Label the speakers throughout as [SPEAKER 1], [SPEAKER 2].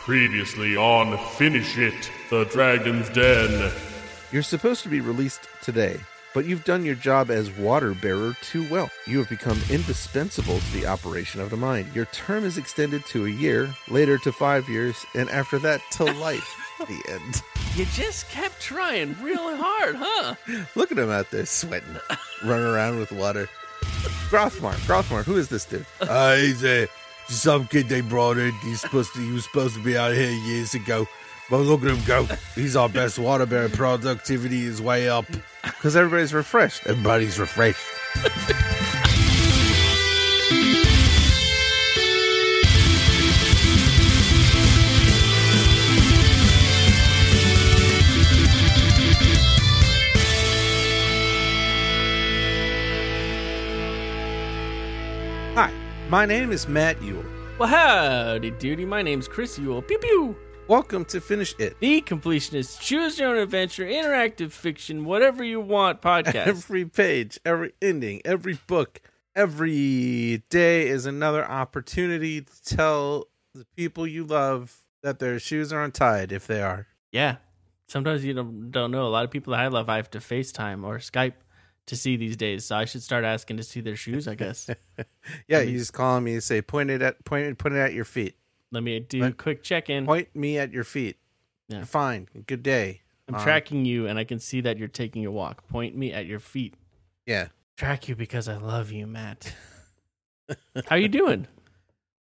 [SPEAKER 1] Previously on Finish It, The Dragon's Den.
[SPEAKER 2] You're supposed to be released today, but you've done your job as water bearer too well. You have become indispensable to the operation of the mine. Your term is extended to a year, later to five years, and after that to life. the end.
[SPEAKER 3] You just kept trying really hard, huh?
[SPEAKER 2] Look at him out there sweating, running around with water. Grothmar, Grothmar, who is this dude?
[SPEAKER 4] Uh, he's a some kid they brought in. He's supposed to. He was supposed to be out here years ago. But look at him go. He's our best water bearer. Productivity is way up.
[SPEAKER 2] Because everybody's refreshed.
[SPEAKER 4] Everybody's refreshed.
[SPEAKER 2] Hi, my name is Matt Yule.
[SPEAKER 3] Well, howdy, duty. My name's Chris Yule. Pew pew.
[SPEAKER 2] Welcome to Finish It.
[SPEAKER 3] The completionist, choose your own adventure, interactive fiction, whatever you want podcast.
[SPEAKER 2] Every page, every ending, every book, every day is another opportunity to tell the people you love that their shoes are untied if they are.
[SPEAKER 3] yeah. Sometimes you don't, don't know. A lot of people that I love, I have to FaceTime or Skype to see these days. So I should start asking to see their shoes, I guess.
[SPEAKER 2] Yeah,
[SPEAKER 3] Mm-hmm.
[SPEAKER 2] you just call me and say, point it at point it, point it at your feet.
[SPEAKER 3] Let me do a
[SPEAKER 2] Right.
[SPEAKER 3] quick check in.
[SPEAKER 2] Point me at your feet.
[SPEAKER 3] Mm-hmm. Yeah.
[SPEAKER 2] You're fine. Good day.
[SPEAKER 3] I'm
[SPEAKER 2] on-
[SPEAKER 3] tracking you, and I can see that you're taking a walk. Point me at your feet.
[SPEAKER 2] Yeah.
[SPEAKER 3] Track you because I love you, Matt. How you doing?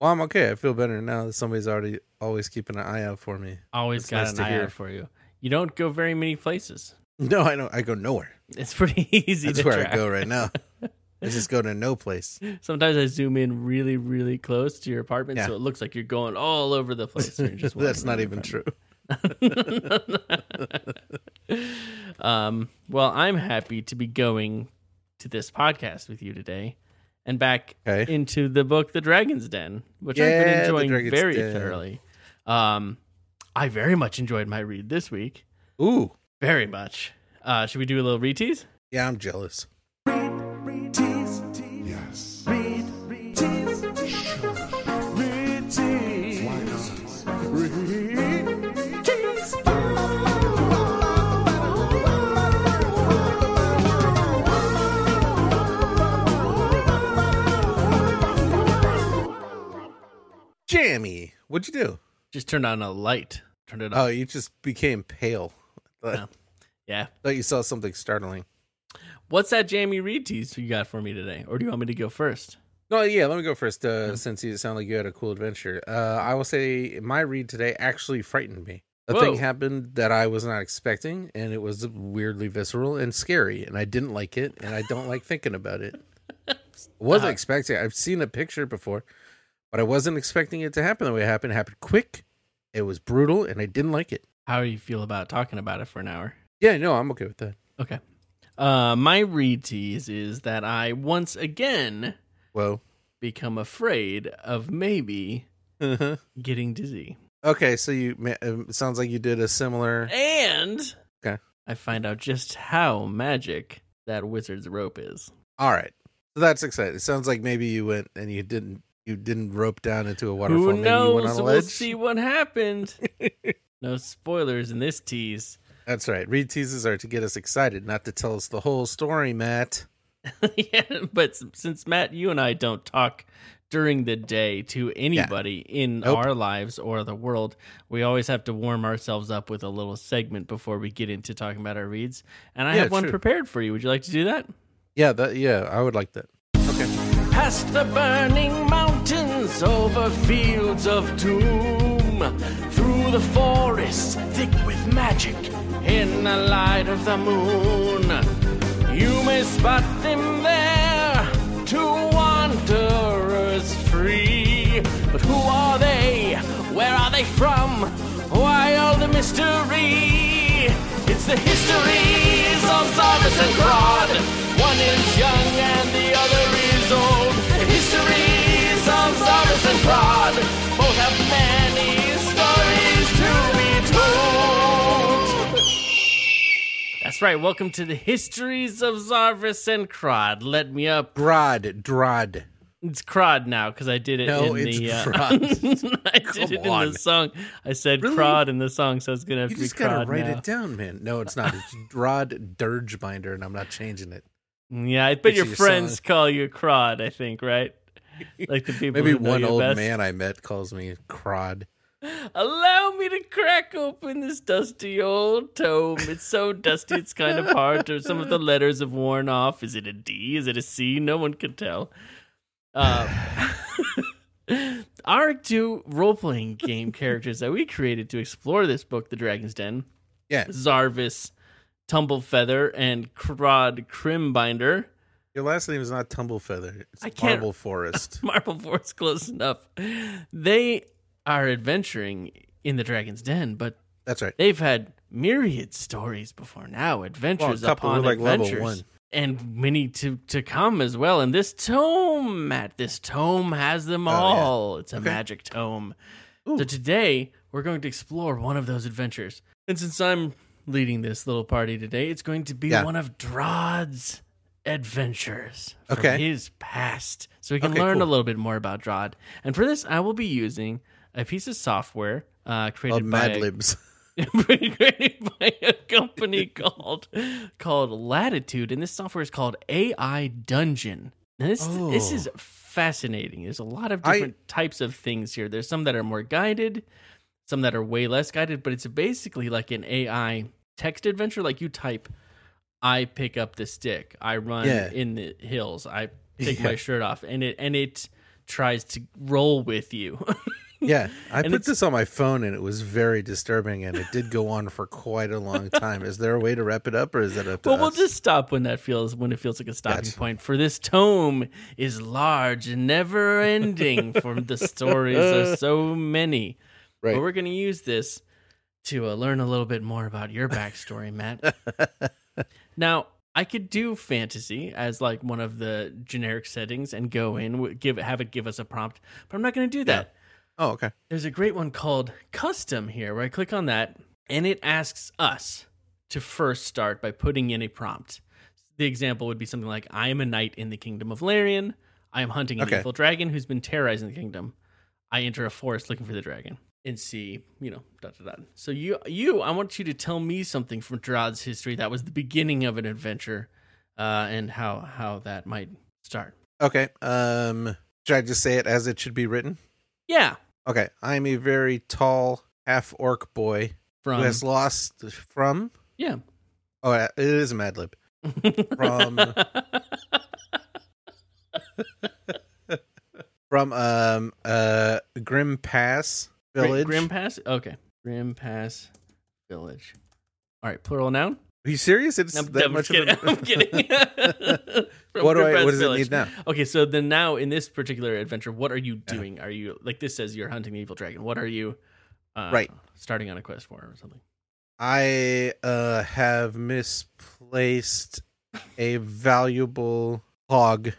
[SPEAKER 2] Well, I'm okay. I feel better now that somebody's already always keeping an eye out for me.
[SPEAKER 3] Always
[SPEAKER 2] It's
[SPEAKER 3] got
[SPEAKER 2] nice
[SPEAKER 3] an
[SPEAKER 2] to
[SPEAKER 3] eye
[SPEAKER 2] hear.
[SPEAKER 3] out for you. You don't go very many places.
[SPEAKER 2] No, I don't. I go nowhere.
[SPEAKER 3] It's pretty easy.
[SPEAKER 2] That's
[SPEAKER 3] to
[SPEAKER 2] where
[SPEAKER 3] track.
[SPEAKER 2] I go right now. I just go to no place.
[SPEAKER 3] Sometimes I zoom in really, really close to your apartment,
[SPEAKER 2] Yeah.
[SPEAKER 3] so it looks like you're going all over the place. and you're just
[SPEAKER 2] That's
[SPEAKER 3] wandering
[SPEAKER 2] not even true.
[SPEAKER 3] around. Um, well, I'm happy to be going to this podcast with you today, and back
[SPEAKER 2] Okay.
[SPEAKER 3] into the book *The Dragon's Den*, which I've
[SPEAKER 2] Yeah,
[SPEAKER 3] been
[SPEAKER 2] The
[SPEAKER 3] enjoying
[SPEAKER 2] Dragon's
[SPEAKER 3] very
[SPEAKER 2] Den.
[SPEAKER 3] thoroughly. Um, I very much enjoyed my read this week.
[SPEAKER 2] Ooh.
[SPEAKER 3] Very much. Uh, should we do a little retease?
[SPEAKER 2] Yeah, I'm jealous. Jamie, what'd you do?
[SPEAKER 3] Just turned on a light. Turned it off.
[SPEAKER 2] Oh, you just became pale. I
[SPEAKER 3] Yeah. Yeah.
[SPEAKER 2] thought you saw something startling.
[SPEAKER 3] What's that Jamie Reed tease you got for me today? Or do you want me to go first?
[SPEAKER 2] No, yeah, let me go first. Uh, Since you sound like you had a cool adventure, uh, I will say my read today actually frightened me. A
[SPEAKER 3] Whoa.
[SPEAKER 2] thing happened that I was not expecting, and it was weirdly visceral and scary, and I didn't like it, and I don't like thinking about it. wasn't expecting. I've seen a picture before, but I wasn't expecting it to happen the way it happened. It happened quick. It was brutal, and I didn't like it.
[SPEAKER 3] How do you feel about talking about it for an hour?
[SPEAKER 2] Yeah, no, I'm okay with that.
[SPEAKER 3] Okay. Uh, my Reed tease is that I once again
[SPEAKER 2] Whoa.
[SPEAKER 3] become afraid of maybe
[SPEAKER 2] Uh-huh.
[SPEAKER 3] getting dizzy.
[SPEAKER 2] Okay, so you ma- um, it sounds like you did a similar.
[SPEAKER 3] And
[SPEAKER 2] Okay.
[SPEAKER 3] I find out just how magic that wizard's rope is.
[SPEAKER 2] All right, so that's exciting. It sounds like maybe you went and you didn't you didn't rope down into a waterfall.
[SPEAKER 3] Who
[SPEAKER 2] maybe you went on
[SPEAKER 3] knows?
[SPEAKER 2] a
[SPEAKER 3] We'll
[SPEAKER 2] ledge.
[SPEAKER 3] see what happened. no spoilers in this tease.
[SPEAKER 2] That's right. Read teases are to get us excited, not to tell us the whole story, Matt.
[SPEAKER 3] yeah, but s- since Matt, you and I don't talk during the day to anybody in
[SPEAKER 2] Nope.
[SPEAKER 3] our lives or the world, we always have to warm ourselves up with a little segment before we get into talking about our reads. And I
[SPEAKER 2] Yeah,
[SPEAKER 3] have one
[SPEAKER 2] true.
[SPEAKER 3] prepared for you. Would you like to do that?
[SPEAKER 2] Yeah, that yeah, I would like that.
[SPEAKER 3] Past the burning mountains, over fields of doom, through the forests thick with magic, in the light of the moon. You may spot them there, two wanderers free. But who are they? Where are they from? Why all the mystery? It's the histories of Zarvis and Crod. One is young and the other is old. The histories of Zarvis and Crod. Both have many stories to be told. That's right. Welcome to the histories of Zarvis and Crod. Let me up.
[SPEAKER 2] Grod, drod.
[SPEAKER 3] It's crod now because I did it
[SPEAKER 2] No,
[SPEAKER 3] in
[SPEAKER 2] it's
[SPEAKER 3] the. uh,
[SPEAKER 2] crod.
[SPEAKER 3] I did
[SPEAKER 2] Come
[SPEAKER 3] it in
[SPEAKER 2] on.
[SPEAKER 3] the song. I said
[SPEAKER 2] Really?
[SPEAKER 3] crod in the song, so it's gonna have
[SPEAKER 2] You
[SPEAKER 3] to be
[SPEAKER 2] just gotta
[SPEAKER 3] crod
[SPEAKER 2] write
[SPEAKER 3] now.
[SPEAKER 2] it down, man. No, it's not. It's Rod Dirge Binder, and I'm not changing it.
[SPEAKER 3] Yeah, I bet
[SPEAKER 2] It's
[SPEAKER 3] your
[SPEAKER 2] your
[SPEAKER 3] friends
[SPEAKER 2] song.
[SPEAKER 3] call you crod. I think right. Like the people.
[SPEAKER 2] Maybe
[SPEAKER 3] who know
[SPEAKER 2] one
[SPEAKER 3] you
[SPEAKER 2] old
[SPEAKER 3] best.
[SPEAKER 2] man I met calls me Crod.
[SPEAKER 3] Allow me to crack open this dusty old tome. It's so dusty, it's kind of hard to. Some of the letters have worn off. Is it a D? Is it a C? No one can tell. Um, our two role playing game characters that we created to explore this book, The Dragon's Den
[SPEAKER 2] Yeah,
[SPEAKER 3] Zarvis Tumblefeather and Crod Crimbinder.
[SPEAKER 2] your last name is not Tumblefeather. It's
[SPEAKER 3] I can't-
[SPEAKER 2] Marble Forest.
[SPEAKER 3] Marble Force close enough. They are adventuring in the Dragon's Den, but
[SPEAKER 2] That's right.
[SPEAKER 3] they've had myriad stories before now, adventures
[SPEAKER 2] Well, a couple
[SPEAKER 3] upon
[SPEAKER 2] were, like, level
[SPEAKER 3] adventures,
[SPEAKER 2] one.
[SPEAKER 3] and many to to come as well. And this tome, Matt, this tome has them
[SPEAKER 2] Oh, yeah.
[SPEAKER 3] all. It's a
[SPEAKER 2] Okay.
[SPEAKER 3] magic tome. So today we're going to explore one of those adventures. And since I'm leading this little party today, it's going to be
[SPEAKER 2] Yeah.
[SPEAKER 3] one of Drod's adventures from
[SPEAKER 2] Okay.
[SPEAKER 3] his past, so we can
[SPEAKER 2] Okay,
[SPEAKER 3] learn a
[SPEAKER 2] cool.
[SPEAKER 3] little bit more about Drod. And for this, I will be using a piece of software uh, created
[SPEAKER 2] Called
[SPEAKER 3] by
[SPEAKER 2] Mad
[SPEAKER 3] a
[SPEAKER 2] Libs.
[SPEAKER 3] created by a company called called Latitude, and this software is called AI Dungeon. And this this is fascinating. There's a lot of
[SPEAKER 2] Oh. I-
[SPEAKER 3] different types of things here. There's some that are more guided, some that are way less guided, but it's basically like an AI text adventure. Like you type, I pick up the stick, I run
[SPEAKER 2] Yeah.
[SPEAKER 3] in the hills, I take
[SPEAKER 2] Yeah.
[SPEAKER 3] my shirt off, and it and it tries to roll with you.
[SPEAKER 2] Yeah, I put
[SPEAKER 3] it's-
[SPEAKER 2] this on my phone, and it was very disturbing, and it did go on for quite a long time. Is there a way to wrap it up, or is it up to
[SPEAKER 3] Well, we'll
[SPEAKER 2] us?
[SPEAKER 3] just stop when that feels when it feels like a stopping
[SPEAKER 2] Gotcha.
[SPEAKER 3] point. For this tome is large and never ending. for the stories are so many.
[SPEAKER 2] Right.
[SPEAKER 3] But we're going to use this to uh, learn a little bit more about your backstory, Matt. now, I could do fantasy as like one of the generic settings and go in w- give have it give us a prompt, but I'm not going to do that.
[SPEAKER 2] Oh, okay.
[SPEAKER 3] There's a great one called Custom here where I click on that and it asks us to first start by putting in a prompt. The example would be something like I am a knight in the kingdom of Larian. I am hunting an
[SPEAKER 2] Okay.
[SPEAKER 3] evil dragon who's been terrorizing the kingdom. I enter a forest looking for the dragon and see, you know, dot dot dot. So you you I want you to tell me something from Drod's history that was the beginning of an adventure uh, and how how that might start.
[SPEAKER 2] Okay. Um, should I just say it as it should be written?
[SPEAKER 3] Yeah.
[SPEAKER 2] Okay. I'm a very tall half orc boy
[SPEAKER 3] From
[SPEAKER 2] who has lost from.
[SPEAKER 3] Yeah.
[SPEAKER 2] Oh, it is a Mad Lib. From from um uh Grim Pass
[SPEAKER 3] Gri-
[SPEAKER 2] village.
[SPEAKER 3] Grim Pass. Okay. Grim Pass Village. All right, plural noun.
[SPEAKER 2] Are you serious? It's
[SPEAKER 3] I'm,
[SPEAKER 2] that
[SPEAKER 3] I'm
[SPEAKER 2] much
[SPEAKER 3] kidding.
[SPEAKER 2] of a...
[SPEAKER 3] I'm kidding. From
[SPEAKER 2] What do
[SPEAKER 3] Grim
[SPEAKER 2] I-
[SPEAKER 3] Pass
[SPEAKER 2] what does it
[SPEAKER 3] Village.
[SPEAKER 2] need now? Uh-huh.
[SPEAKER 3] Okay, so then now in this particular adventure, what are you doing? Are you like this says you're hunting the evil dragon? What are you uh,
[SPEAKER 2] Right.
[SPEAKER 3] starting on a quest for or something?
[SPEAKER 2] I uh have misplaced a valuable hog,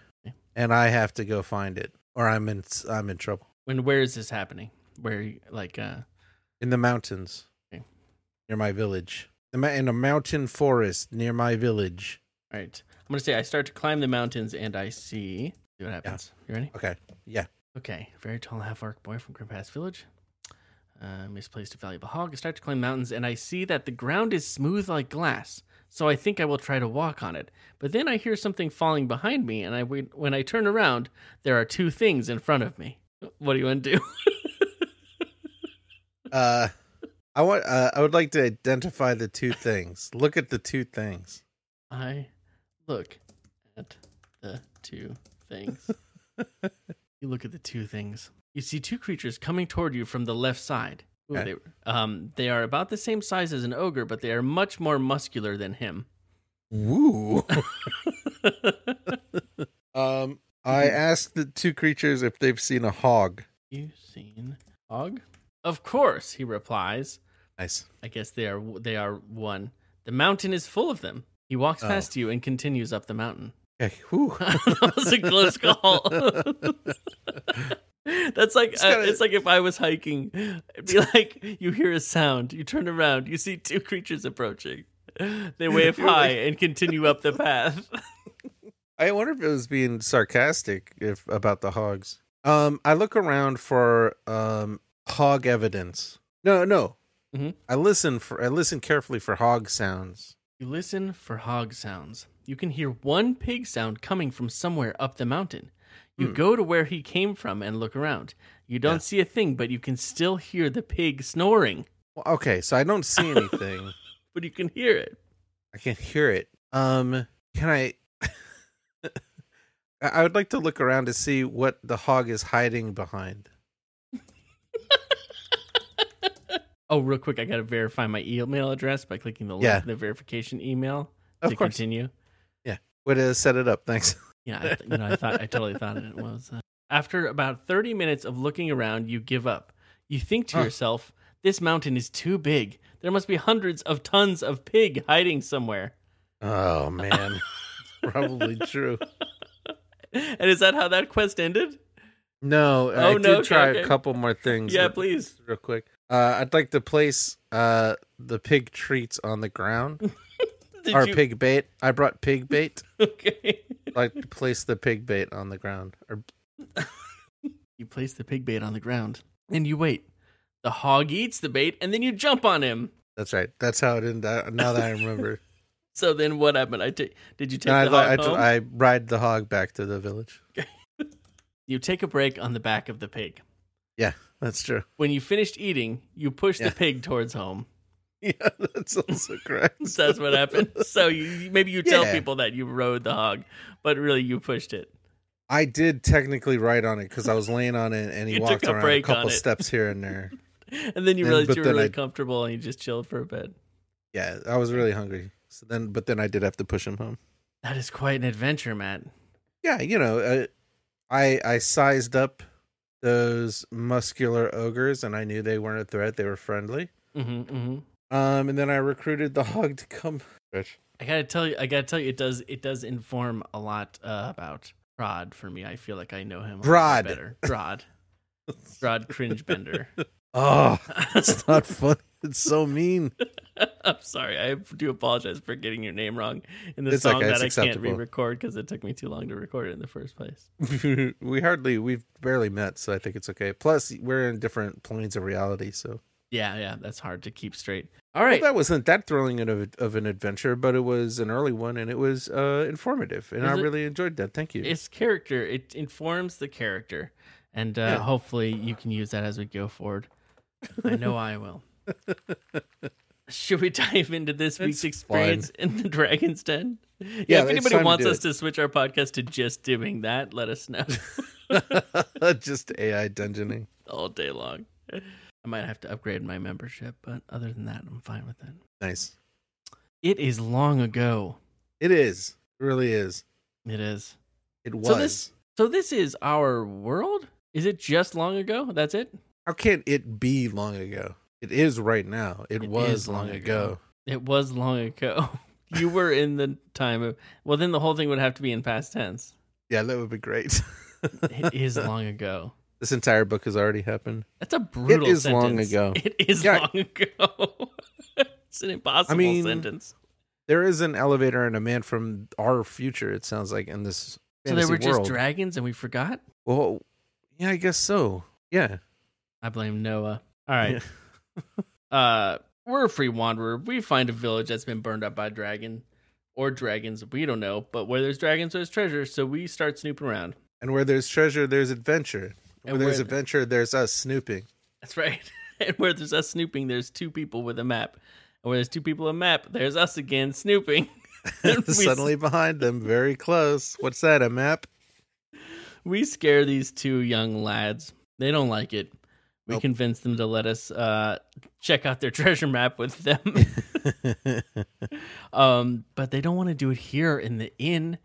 [SPEAKER 2] and I have to go find it, or I'm in I'm in trouble
[SPEAKER 3] When where is this happening? Where you- like uh
[SPEAKER 2] in the mountains
[SPEAKER 3] Okay.
[SPEAKER 2] near my village. The ma- In a mountain forest near my village.
[SPEAKER 3] all right. I'm gonna say I start to climb the mountains and I see see what happens. You ready?
[SPEAKER 2] Okay, yeah.
[SPEAKER 3] Okay, very tall half orc boy from Grim Pass Village. Uh, misplaced a valuable hog. I start to climb mountains, and I see that the ground is smooth like glass, so I think I will try to walk on it. But then I hear something falling behind me, and I wait- when I turn around, there are two things in front of me. What do you want to do?
[SPEAKER 2] Uh, I want. Uh, I would like to identify the two things. Look at the two things.
[SPEAKER 3] I look at the two things. you look at the two things. You see two creatures coming toward you from the left side. Ooh,
[SPEAKER 2] Okay.
[SPEAKER 3] they, um, they are about the same size as an ogre, but they are much more muscular than him.
[SPEAKER 2] Woo. um, I asked the two creatures if they've seen a hog.
[SPEAKER 3] You seen Og? Of course, he replies.
[SPEAKER 2] Nice.
[SPEAKER 3] I guess they are they are one. The mountain is full of them. He walks
[SPEAKER 2] Oh.
[SPEAKER 3] past you and continues up the mountain.
[SPEAKER 2] Okay. Whew.
[SPEAKER 3] that was a close call. That's like uh,
[SPEAKER 2] gotta-
[SPEAKER 3] it's like if I was hiking, it'd be like you hear a sound, you turn around, you see two creatures approaching. They wave high and continue up the path.
[SPEAKER 2] I wonder if it was being sarcastic if about the hogs. Um, I look around for um hog evidence. No, no.
[SPEAKER 3] Mhm.
[SPEAKER 2] I listen for I listen carefully for hog sounds.
[SPEAKER 3] You listen for hog sounds. You can hear one pig sound coming from somewhere up the mountain. You
[SPEAKER 2] Hmm.
[SPEAKER 3] go to where he came from and look around. You don't
[SPEAKER 2] Yeah.
[SPEAKER 3] see a thing, but you can still hear the pig snoring,
[SPEAKER 2] Well, okay, so I don't see anything.
[SPEAKER 3] but you can hear it.
[SPEAKER 2] I can hear it. Um, can I? I- I would like to look around to see what the hog is hiding behind.
[SPEAKER 3] Oh, real quick, I got to verify my email address by clicking the link,
[SPEAKER 2] Yeah.
[SPEAKER 3] the verification email
[SPEAKER 2] Of
[SPEAKER 3] to
[SPEAKER 2] course,
[SPEAKER 3] continue.
[SPEAKER 2] way to set it up. Thanks.
[SPEAKER 3] Yeah, I, th- you know, I thought I totally thought it was. Uh, after about 30 minutes of looking around, you give up. You think to
[SPEAKER 2] Huh.
[SPEAKER 3] yourself, this mountain is too big. There must be hundreds of tons of pig hiding somewhere.
[SPEAKER 2] Oh man, probably true.
[SPEAKER 3] And is that how that quest ended?
[SPEAKER 2] No, I
[SPEAKER 3] Oh,
[SPEAKER 2] did
[SPEAKER 3] no, okay,
[SPEAKER 2] try
[SPEAKER 3] okay.
[SPEAKER 2] a couple more things.
[SPEAKER 3] Yeah,
[SPEAKER 2] with-
[SPEAKER 3] please.
[SPEAKER 2] real quick. Uh, I'd like to place uh the pig treats on the ground
[SPEAKER 3] Did
[SPEAKER 2] or
[SPEAKER 3] you-
[SPEAKER 2] pig bait. I brought pig bait.
[SPEAKER 3] Okay.
[SPEAKER 2] I'd like to place the pig bait on the ground. Or
[SPEAKER 3] You place the pig bait on the ground and you wait. The hog eats the bait and then you jump on him.
[SPEAKER 2] that's right. That's how it ended. I- Now that I remember,
[SPEAKER 3] So then what happened? I ta- did you take
[SPEAKER 2] and I,
[SPEAKER 3] the
[SPEAKER 2] li-
[SPEAKER 3] hog
[SPEAKER 2] I,
[SPEAKER 3] home?
[SPEAKER 2] I ride the hog back to the village.
[SPEAKER 3] You take a break on the back of the pig.
[SPEAKER 2] Yeah, that's true.
[SPEAKER 3] When you finished eating, you push
[SPEAKER 2] Yeah.
[SPEAKER 3] the pig towards home.
[SPEAKER 2] Yeah, that's also correct.
[SPEAKER 3] That's what happened. So you, maybe you tell
[SPEAKER 2] Yeah.
[SPEAKER 3] people that you rode the hog, but really you pushed it.
[SPEAKER 2] I did technically ride on it because I was laying on it, and he
[SPEAKER 3] You took
[SPEAKER 2] walked
[SPEAKER 3] a
[SPEAKER 2] around a
[SPEAKER 3] break on
[SPEAKER 2] couple
[SPEAKER 3] it.
[SPEAKER 2] steps here and there.
[SPEAKER 3] And then you
[SPEAKER 2] And-
[SPEAKER 3] realized
[SPEAKER 2] but
[SPEAKER 3] you were
[SPEAKER 2] then
[SPEAKER 3] really
[SPEAKER 2] I-
[SPEAKER 3] comfortable and you just chilled for a bit.
[SPEAKER 2] Yeah, I was really hungry. So then, but then I did have to push him home.
[SPEAKER 3] That is quite an adventure, Matt.
[SPEAKER 2] yeah, you know, uh, I I sized up those muscular ogres, and I knew they weren't a threat; they were friendly.
[SPEAKER 3] hmm hmm
[SPEAKER 2] Um, and then I recruited the hog to come.
[SPEAKER 3] I gotta tell you, I gotta tell you, it does it does inform a lot uh, about Rod for me. I feel like I know him a lot
[SPEAKER 2] Brod.
[SPEAKER 3] better. Rod, Rod Cringebender.
[SPEAKER 2] Oh, it's not fun. It's so mean.
[SPEAKER 3] I'm sorry, I do apologize for getting your name wrong in the
[SPEAKER 2] It's
[SPEAKER 3] song
[SPEAKER 2] okay,
[SPEAKER 3] that
[SPEAKER 2] it's
[SPEAKER 3] I can't
[SPEAKER 2] acceptable.
[SPEAKER 3] re-record because it took me too long to record it in the first place.
[SPEAKER 2] we hardly, we've barely met, so I think it's okay. Plus, we're in different planes of reality, so
[SPEAKER 3] Yeah, yeah, that's hard to keep straight. All
[SPEAKER 2] Well,
[SPEAKER 3] right,
[SPEAKER 2] that wasn't that thrilling of, of an adventure, but it was an early one, and it was uh, informative, and
[SPEAKER 3] Is
[SPEAKER 2] I
[SPEAKER 3] it-
[SPEAKER 2] really enjoyed that. Thank you.
[SPEAKER 3] it's character. It informs the character, and uh,
[SPEAKER 2] Yeah.
[SPEAKER 3] hopefully you can use that as we go forward. I know I will. Should we dive into this week's
[SPEAKER 2] That's
[SPEAKER 3] experience in the Dragon's Den? Yeah,
[SPEAKER 2] it's
[SPEAKER 3] if anybody
[SPEAKER 2] time to
[SPEAKER 3] wants
[SPEAKER 2] do
[SPEAKER 3] us
[SPEAKER 2] it.
[SPEAKER 3] to switch our podcast to just doing that, let us know
[SPEAKER 2] Just AI dungeoning.
[SPEAKER 3] all day long. I might have to upgrade my membership, but other than that, I'm fine with it.
[SPEAKER 2] Nice.
[SPEAKER 3] It is long ago.
[SPEAKER 2] It is. It really is.
[SPEAKER 3] It is.
[SPEAKER 2] It was.
[SPEAKER 3] So this- So this is our world? Is it just long ago? That's it?
[SPEAKER 2] How can it be long ago? It is right now. It,
[SPEAKER 3] It is
[SPEAKER 2] was
[SPEAKER 3] long
[SPEAKER 2] long ago.
[SPEAKER 3] It was long ago. You were in the time of. Well, then the whole thing would have to be in past tense.
[SPEAKER 2] Yeah, that would be great.
[SPEAKER 3] It is long ago.
[SPEAKER 2] this entire book has already happened.
[SPEAKER 3] That's a brutal.
[SPEAKER 2] is long
[SPEAKER 3] sentence.
[SPEAKER 2] ago.
[SPEAKER 3] It is
[SPEAKER 2] Yeah.
[SPEAKER 3] long ago. it's an impossible
[SPEAKER 2] mean-
[SPEAKER 3] sentence.
[SPEAKER 2] There is an elevator and a man from our future. It sounds like in this
[SPEAKER 3] So there
[SPEAKER 2] fantasy
[SPEAKER 3] were just
[SPEAKER 2] world.
[SPEAKER 3] dragons, and we forgot.
[SPEAKER 2] well, yeah, I guess so. Yeah.
[SPEAKER 3] I blame Noah. All right. uh, we're a free wanderer. We find a village that's been burned up by a dragon or dragons. We don't know, but where there's dragons, there's treasure. So we start snooping around.
[SPEAKER 2] And where there's treasure, there's adventure. Where
[SPEAKER 3] And
[SPEAKER 2] there's
[SPEAKER 3] where-
[SPEAKER 2] adventure, there's us snooping.
[SPEAKER 3] That's right. and where there's us snooping, there's two people with a map. And where there's two people a map, there's us again snooping. And we-
[SPEAKER 2] Suddenly behind them, very close. What's that? A map?
[SPEAKER 3] we scare these two young lads. They don't like it. We
[SPEAKER 2] Nope.
[SPEAKER 3] convince them to let us uh, check out their treasure map with them. um, but they don't want to do it here in the inn.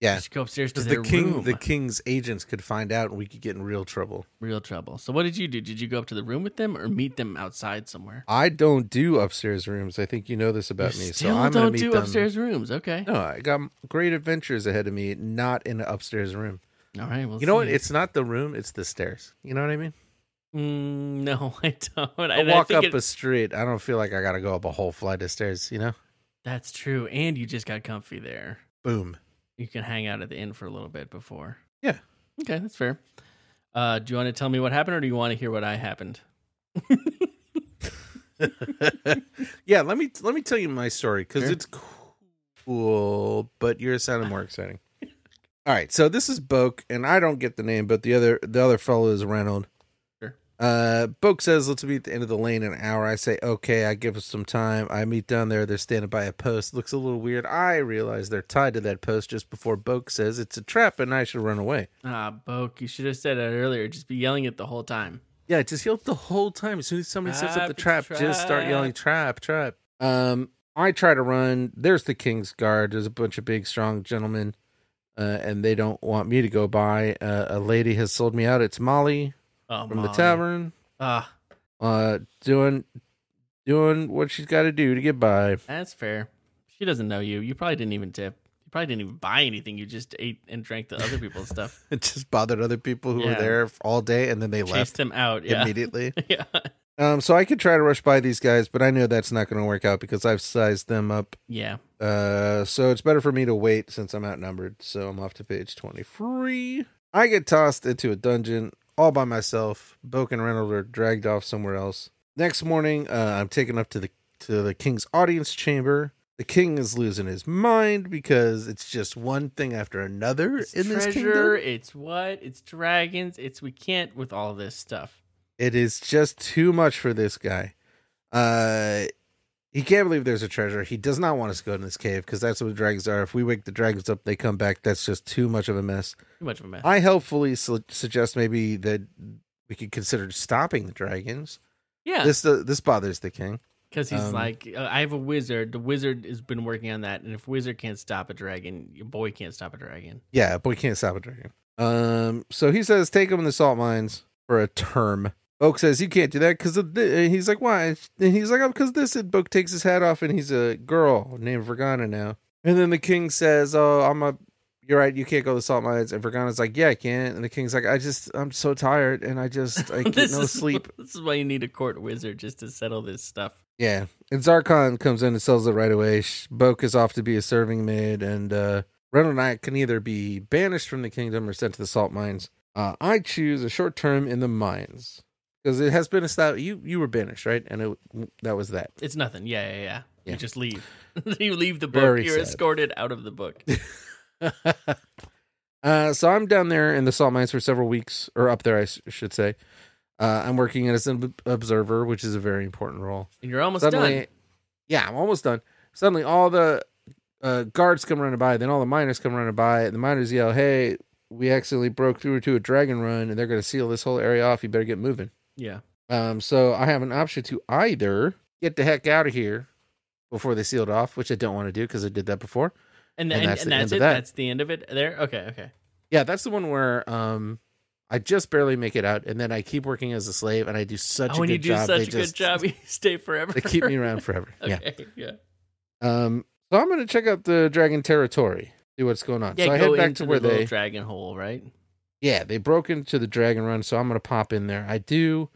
[SPEAKER 2] Yeah.
[SPEAKER 3] Just go upstairs to
[SPEAKER 2] Because
[SPEAKER 3] their
[SPEAKER 2] the king,
[SPEAKER 3] room.
[SPEAKER 2] the king's agents could find out, and we could get in real trouble.
[SPEAKER 3] Real trouble. So what did you do? Did you go up to the room with them or meet them outside somewhere?
[SPEAKER 2] I don't do upstairs rooms. I think you know this about
[SPEAKER 3] You
[SPEAKER 2] me.
[SPEAKER 3] Still
[SPEAKER 2] So I'm
[SPEAKER 3] don't
[SPEAKER 2] going to meet
[SPEAKER 3] do
[SPEAKER 2] them.
[SPEAKER 3] upstairs rooms. Okay.
[SPEAKER 2] No, I got great adventures ahead of me, not in an upstairs room.
[SPEAKER 3] All right. Well,
[SPEAKER 2] You know what?
[SPEAKER 3] see.
[SPEAKER 2] It's not the room, it's the stairs. You know what I mean?
[SPEAKER 3] Mm, no, I don't.
[SPEAKER 2] I
[SPEAKER 3] And I
[SPEAKER 2] walk
[SPEAKER 3] think
[SPEAKER 2] up
[SPEAKER 3] it-
[SPEAKER 2] a street. I don't feel like I got to go up a whole flight of stairs, you know?
[SPEAKER 3] That's true. And you just got comfy there.
[SPEAKER 2] Boom.
[SPEAKER 3] you can hang out at the inn for a little bit before.
[SPEAKER 2] Yeah.
[SPEAKER 3] Okay, that's fair. Uh, do you want to tell me what happened, or do you want to hear what I happened?
[SPEAKER 2] yeah, let me let me tell you my story because
[SPEAKER 3] Sure.
[SPEAKER 2] it's cool, but yours sounded more exciting. All right, so this is Boke, and I don't get the name, but the other the other fellow is Reynold.
[SPEAKER 3] Sure.
[SPEAKER 2] Uh, Boke says, "Let's meet at the end of the lane in an hour." I say, "Okay." I give us some time. I meet down there. They're standing by a post. Looks a little weird. I realize they're tied to that post just before Boke says it's a trap and I should run away.
[SPEAKER 3] Ah, Boke, you should have said that earlier. Just be yelling it the whole time.
[SPEAKER 2] Yeah, just yell the whole time. As soon as somebody sets
[SPEAKER 3] Trap,
[SPEAKER 2] up the
[SPEAKER 3] it's
[SPEAKER 2] trap, just start yelling trap, trap. Um, I try to run. There's the king's guard. There's a bunch of big, strong gentlemen, uh, and they don't want me to go by. Uh, a lady has sold me out. It's Molly
[SPEAKER 3] Oh,
[SPEAKER 2] from the
[SPEAKER 3] Molly.
[SPEAKER 2] tavern,
[SPEAKER 3] Ah,
[SPEAKER 2] uh, doing doing what she's got to do to get by.
[SPEAKER 3] that's fair. She doesn't know you. You probably didn't even tip. You probably didn't even buy anything. You just ate and drank the other people's stuff.
[SPEAKER 2] It just bothered other people who were
[SPEAKER 3] Yeah.
[SPEAKER 2] there all day, and then they
[SPEAKER 3] Chased
[SPEAKER 2] left
[SPEAKER 3] them out. Yeah.
[SPEAKER 2] immediately.
[SPEAKER 3] yeah.
[SPEAKER 2] Um, so I could try to rush by these guys, but I know that's not going to work out because I've sized them up
[SPEAKER 3] Yeah.
[SPEAKER 2] Uh, so it's better for me to wait since I'm outnumbered. So I'm off to page 23. I get tossed into a dungeon all by myself. Boke and Reynolds are dragged off somewhere else. Next morning, uh, I'm taken up to the to the king's audience chamber. The king is losing his mind because it's just one thing after another
[SPEAKER 3] It's
[SPEAKER 2] in this
[SPEAKER 3] treasure.
[SPEAKER 2] kingdom.
[SPEAKER 3] It's what? It's dragons. It's we can't with all this stuff.
[SPEAKER 2] It is just too much for this guy. Uh, he can't believe there's a treasure. He does not want us to go in this cave because that's what the dragons are. If we wake the dragons up, they come back. That's just too much of a mess.
[SPEAKER 3] Too much of a mess.
[SPEAKER 2] I helpfully su- suggest maybe that we could consider stopping the dragons.
[SPEAKER 3] yeah.
[SPEAKER 2] This uh, this bothers the king.
[SPEAKER 3] Because he's
[SPEAKER 2] Um,
[SPEAKER 3] like, uh, I have a wizard. The wizard has been working on that, and if wizard can't stop a dragon, your boy can't stop a dragon.
[SPEAKER 2] Yeah, but we can't stop a dragon. Um, so he says take him in the salt mines for a term. Boke says you can't do that because of thi-" and he's like why? And he's like oh because this. And Boke takes his hat off and he's a girl named Vergana now. And then the king says oh I'm a you're right you can't go to the salt mines. And Vergana's like yeah I can. And the king's like I just I'm so tired and I just I get
[SPEAKER 3] This
[SPEAKER 2] no
[SPEAKER 3] is-
[SPEAKER 2] sleep.
[SPEAKER 3] This is why you need a court wizard just to settle this stuff.
[SPEAKER 2] Yeah. And Zarkon comes in and sells it right away. Sh- Boke is off to be a serving maid, and uh, Reynolds and I can either be banished from the kingdom or sent to the salt mines. Uh, I choose a short term in the mines because it has been established. You you were banished, right? And it, that was that.
[SPEAKER 3] It's nothing. Yeah, yeah, yeah.
[SPEAKER 2] Yeah.
[SPEAKER 3] You just leave. you leave the book.
[SPEAKER 2] Very
[SPEAKER 3] You're
[SPEAKER 2] sad.
[SPEAKER 3] escorted out of the book.
[SPEAKER 2] uh, so I'm down there in the salt mines for several weeks, or up there, I s- should say. Uh, I'm working as an ob- observer, which is a very important role.
[SPEAKER 3] And you're almost
[SPEAKER 2] suddenly,
[SPEAKER 3] done.
[SPEAKER 2] yeah, I'm almost done. Suddenly, all the uh, guards come running by. Then all the miners come running by. And the miners yell, "Hey, we accidentally broke through to a dragon run, and they're going to seal this whole area off. You better get moving."
[SPEAKER 3] Yeah.
[SPEAKER 2] Um, so I have an option to either get the heck out of here before they seal it off, which I don't want to do because I did that before.
[SPEAKER 3] And,
[SPEAKER 2] And
[SPEAKER 3] and,
[SPEAKER 2] that's
[SPEAKER 3] that's,
[SPEAKER 2] the
[SPEAKER 3] and
[SPEAKER 2] end
[SPEAKER 3] that's
[SPEAKER 2] of
[SPEAKER 3] it.
[SPEAKER 2] that.
[SPEAKER 3] That's the end of it. There. Okay. Okay.
[SPEAKER 2] Yeah, that's the one where um, I just barely make it out, and then I keep working as a slave, and I do such
[SPEAKER 3] oh,
[SPEAKER 2] a
[SPEAKER 3] when
[SPEAKER 2] good
[SPEAKER 3] you do
[SPEAKER 2] job.
[SPEAKER 3] such
[SPEAKER 2] they
[SPEAKER 3] a
[SPEAKER 2] just-
[SPEAKER 3] good job, you stay forever.
[SPEAKER 2] They keep me around forever. Yeah.
[SPEAKER 3] okay. Yeah.
[SPEAKER 2] Um, so I'm gonna check out the Dragon Territory, see what's going on.
[SPEAKER 3] Yeah.
[SPEAKER 2] so I
[SPEAKER 3] go
[SPEAKER 2] head back
[SPEAKER 3] into
[SPEAKER 2] to
[SPEAKER 3] the
[SPEAKER 2] where
[SPEAKER 3] little
[SPEAKER 2] they,
[SPEAKER 3] dragon hole, right?
[SPEAKER 2] yeah, they broke into the Dragon Run. So I'm gonna pop in there. I do.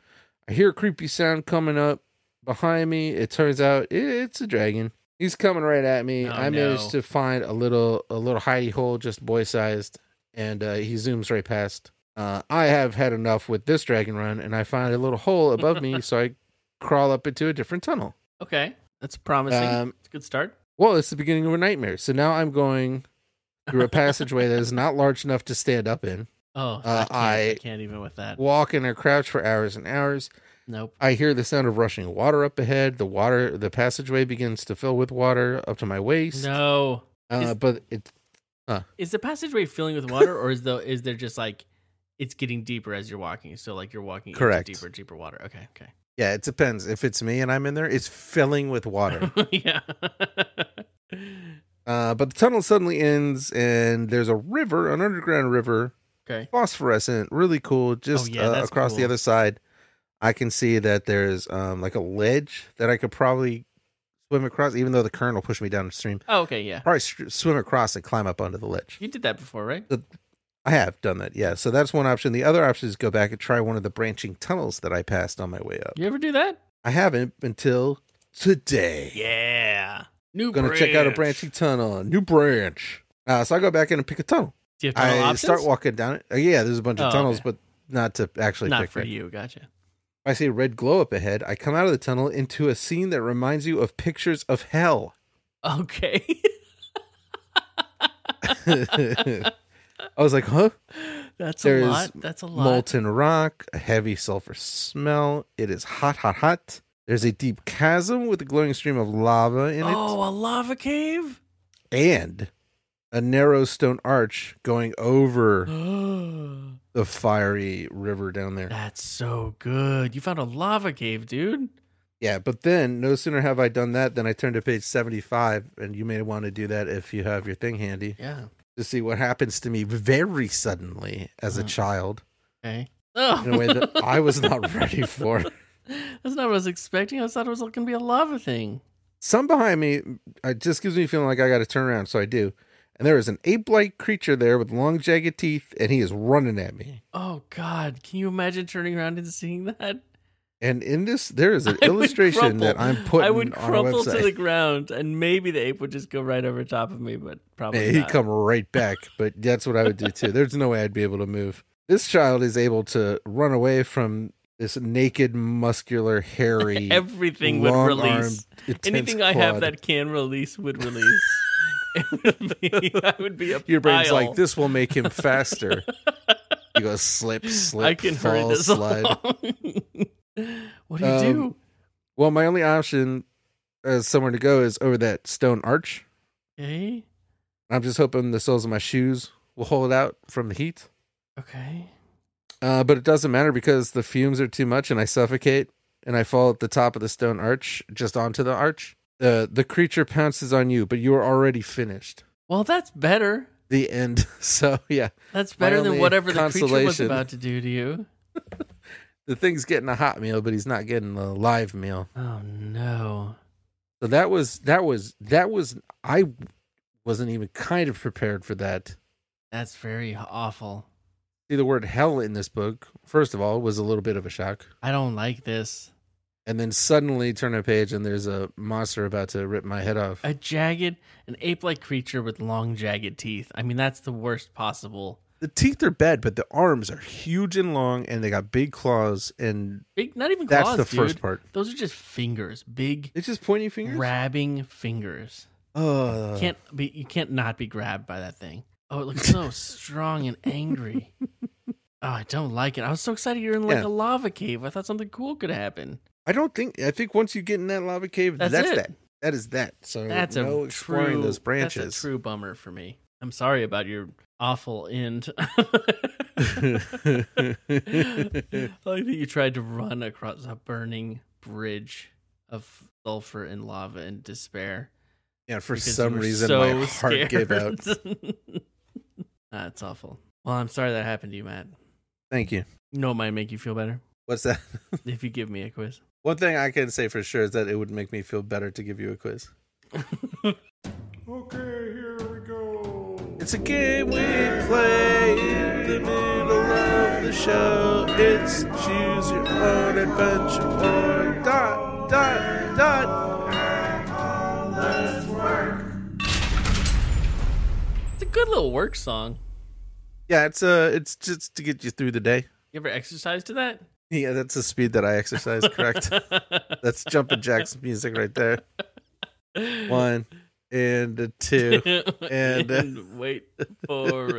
[SPEAKER 2] I hear a creepy sound coming up behind me. It turns out it's a dragon. He's coming right at me.
[SPEAKER 3] Oh,
[SPEAKER 2] I
[SPEAKER 3] no.
[SPEAKER 2] managed to find a little a little hidey hole, just boy sized, and uh, he zooms right past. Uh, I have had enough with this Dragon Run, and I find a little hole above me, so I crawl up into a different tunnel.
[SPEAKER 3] Okay. That's promising.
[SPEAKER 2] Um,
[SPEAKER 3] it's a good start.
[SPEAKER 2] Well, it's the beginning of a nightmare. So now I'm going through a passageway that is not large enough to stand up in.
[SPEAKER 3] Oh, I,
[SPEAKER 2] Uh,
[SPEAKER 3] can't,
[SPEAKER 2] I-
[SPEAKER 3] I can't even with that.
[SPEAKER 2] Walk in or crouch for hours and hours.
[SPEAKER 3] Nope.
[SPEAKER 2] I hear the sound of rushing water up ahead. The water, the passageway begins to fill with water up to my waist.
[SPEAKER 3] No.
[SPEAKER 2] Uh,
[SPEAKER 3] Is-
[SPEAKER 2] but it,
[SPEAKER 3] Is the passageway filling with water, or is the is there just like it's getting deeper as you're walking? So like you're walking into
[SPEAKER 2] Correct.
[SPEAKER 3] deeper, deeper water. Okay, okay,
[SPEAKER 2] yeah, it depends. If it's me and I'm in there, it's filling with water.
[SPEAKER 3] yeah.
[SPEAKER 2] uh, but the tunnel suddenly ends, and there's a river, an underground river
[SPEAKER 3] okay.
[SPEAKER 2] phosphorescent, really cool. Just
[SPEAKER 3] Oh, yeah,
[SPEAKER 2] uh,
[SPEAKER 3] that's
[SPEAKER 2] across the
[SPEAKER 3] cool.
[SPEAKER 2] other side, I can see that there's um, like a ledge that I could probably swim across, even though the current will push me downstream.
[SPEAKER 3] Oh, okay, yeah.
[SPEAKER 2] Probably str- swim across and climb up onto the ledge.
[SPEAKER 3] You did that before, right?
[SPEAKER 2] I have done that, yeah. So that's one option. The other option is go back and try one of the branching tunnels that I passed on my way up.
[SPEAKER 3] You ever do that?
[SPEAKER 2] I haven't until today.
[SPEAKER 3] Yeah. New.
[SPEAKER 2] Gonna check out a
[SPEAKER 3] branch.
[SPEAKER 2] branching tunnel, a new branch. Uh, so I go back in and pick a tunnel.
[SPEAKER 3] Do you have
[SPEAKER 2] I
[SPEAKER 3] tunnel options?
[SPEAKER 2] start walking down it. Uh, yeah, there's a bunch of
[SPEAKER 3] Oh,
[SPEAKER 2] tunnels,
[SPEAKER 3] okay.
[SPEAKER 2] but not to actually
[SPEAKER 3] Not
[SPEAKER 2] pick
[SPEAKER 3] for
[SPEAKER 2] it.
[SPEAKER 3] you. Gotcha.
[SPEAKER 2] I see a red glow up ahead. I come out of the tunnel into a scene that reminds you of pictures of hell.
[SPEAKER 3] Okay.
[SPEAKER 2] I was like, huh?
[SPEAKER 3] That's
[SPEAKER 2] There
[SPEAKER 3] a
[SPEAKER 2] is
[SPEAKER 3] lot. That's a lot.
[SPEAKER 2] Molten rock, a heavy sulfur smell. It is hot, hot, hot. There's a deep chasm with a glowing stream of lava in
[SPEAKER 3] oh, a lava cave.
[SPEAKER 2] it, and a narrow stone arch going over the fiery river down there.
[SPEAKER 3] That's so good. You found a lava cave, dude.
[SPEAKER 2] Yeah, but then no sooner have I done that than I turn to page 75, and you may want to do that if you have your thing handy
[SPEAKER 3] Yeah.
[SPEAKER 2] to see what happens to me very suddenly as a
[SPEAKER 3] Uh.
[SPEAKER 2] child
[SPEAKER 3] Okay. Oh.
[SPEAKER 2] in a way that I was not ready for.
[SPEAKER 3] That's not what I was expecting. I thought it was going to be a lava thing.
[SPEAKER 2] Some behind me it just gives me feeling like I got to turn around, so I do. And there is an ape-like creature there with long jagged teeth, and he is running at me.
[SPEAKER 3] Oh God! Can you imagine turning around and seeing that?
[SPEAKER 2] And in this, there is an
[SPEAKER 3] I would
[SPEAKER 2] illustration that
[SPEAKER 3] crumple.
[SPEAKER 2] I'm putting
[SPEAKER 3] I would
[SPEAKER 2] on our
[SPEAKER 3] crumple to
[SPEAKER 2] website.
[SPEAKER 3] the ground, and maybe the ape would just go right over top of me, but probably
[SPEAKER 2] Yeah, he'd
[SPEAKER 3] not.
[SPEAKER 2] come right back, but that's what I would do too. There's no way I'd be able to move. This child is able to run away from this naked, muscular, hairy,
[SPEAKER 3] Everything would
[SPEAKER 2] long-armed,
[SPEAKER 3] release.
[SPEAKER 2] intense
[SPEAKER 3] Anything I have
[SPEAKER 2] quad.
[SPEAKER 3] that can release would release. it would be. I would be a
[SPEAKER 2] your brain's
[SPEAKER 3] pile.
[SPEAKER 2] like this will make him faster. you go slip, slip,
[SPEAKER 3] I can
[SPEAKER 2] fall,
[SPEAKER 3] hurry this
[SPEAKER 2] slide.
[SPEAKER 3] along. what do you
[SPEAKER 2] Um,
[SPEAKER 3] do?
[SPEAKER 2] Well, my only option as somewhere to go is over that stone arch.
[SPEAKER 3] Okay.
[SPEAKER 2] I'm just hoping the soles of my shoes will hold out from the heat.
[SPEAKER 3] Okay.
[SPEAKER 2] Uh, but it doesn't matter because the fumes are too much and I suffocate and I fall at the top of the stone arch, just onto the arch. Uh, the creature pounces on you, but you are already finished.
[SPEAKER 3] Well, that's better.
[SPEAKER 2] The end. So, yeah,
[SPEAKER 3] That's
[SPEAKER 2] My
[SPEAKER 3] better than
[SPEAKER 2] only
[SPEAKER 3] whatever the creature was
[SPEAKER 2] consolation-
[SPEAKER 3] about to do to you.
[SPEAKER 2] the thing's getting a hot meal, but he's not getting a live meal.
[SPEAKER 3] Oh no.
[SPEAKER 2] So that was, that was, that was, I wasn't even kind of prepared for that.
[SPEAKER 3] That's very awful.
[SPEAKER 2] See, the word hell in this book, first of all, was a little bit of a shock.
[SPEAKER 3] I don't like this.
[SPEAKER 2] And then suddenly turn a page and there's a monster about to rip my head off.
[SPEAKER 3] A jagged, an ape like creature with long, jagged teeth. I mean, that's the worst possible.
[SPEAKER 2] The teeth are bad, but the arms are huge and long, and they got big claws, and
[SPEAKER 3] Big, not even
[SPEAKER 2] that's
[SPEAKER 3] claws.
[SPEAKER 2] the first
[SPEAKER 3] dude.
[SPEAKER 2] part.
[SPEAKER 3] Those are just fingers. Big,
[SPEAKER 2] It's just pointy fingers. Uh.
[SPEAKER 3] grabbing fingers.
[SPEAKER 2] Ugh.
[SPEAKER 3] Can't be, you can't not be grabbed by that thing. Oh, it looks so strong and angry. Oh, I don't like it. I was so excited you're in like
[SPEAKER 2] Yeah.
[SPEAKER 3] a lava cave. I thought something cool could happen.
[SPEAKER 2] I don't think. I think once you get in that lava cave,
[SPEAKER 3] That's
[SPEAKER 2] that's,
[SPEAKER 3] it.
[SPEAKER 2] that. That is that. So
[SPEAKER 3] That's a
[SPEAKER 2] no exploring
[SPEAKER 3] true,
[SPEAKER 2] those branches.
[SPEAKER 3] That's a true bummer for me. I'm sorry about your awful end. I like that you tried to run across a burning bridge of sulfur and lava in despair.
[SPEAKER 2] yeah, for
[SPEAKER 3] because you
[SPEAKER 2] some
[SPEAKER 3] were
[SPEAKER 2] reason,
[SPEAKER 3] so
[SPEAKER 2] my heart gave out.
[SPEAKER 3] scared. That's awful. Well, I'm sorry that happened to you, Matt.
[SPEAKER 2] Thank you.
[SPEAKER 3] You know it might make you feel better
[SPEAKER 2] What's that?
[SPEAKER 3] if you give me a quiz.
[SPEAKER 2] One thing I can say for sure is that it would make me feel better to give you a quiz.
[SPEAKER 1] Okay, here we go.
[SPEAKER 2] It's a game we play in the middle of the show. It's choose your own adventure or dot dot dot.
[SPEAKER 3] It's a good little work song.
[SPEAKER 2] Yeah, it's uh, it's just to get you through the day.
[SPEAKER 3] You ever exercise to that?
[SPEAKER 2] Yeah, that's the speed that I exercise. Correct. that's jumping jacks music right there. One and a two and uh,
[SPEAKER 3] And wait for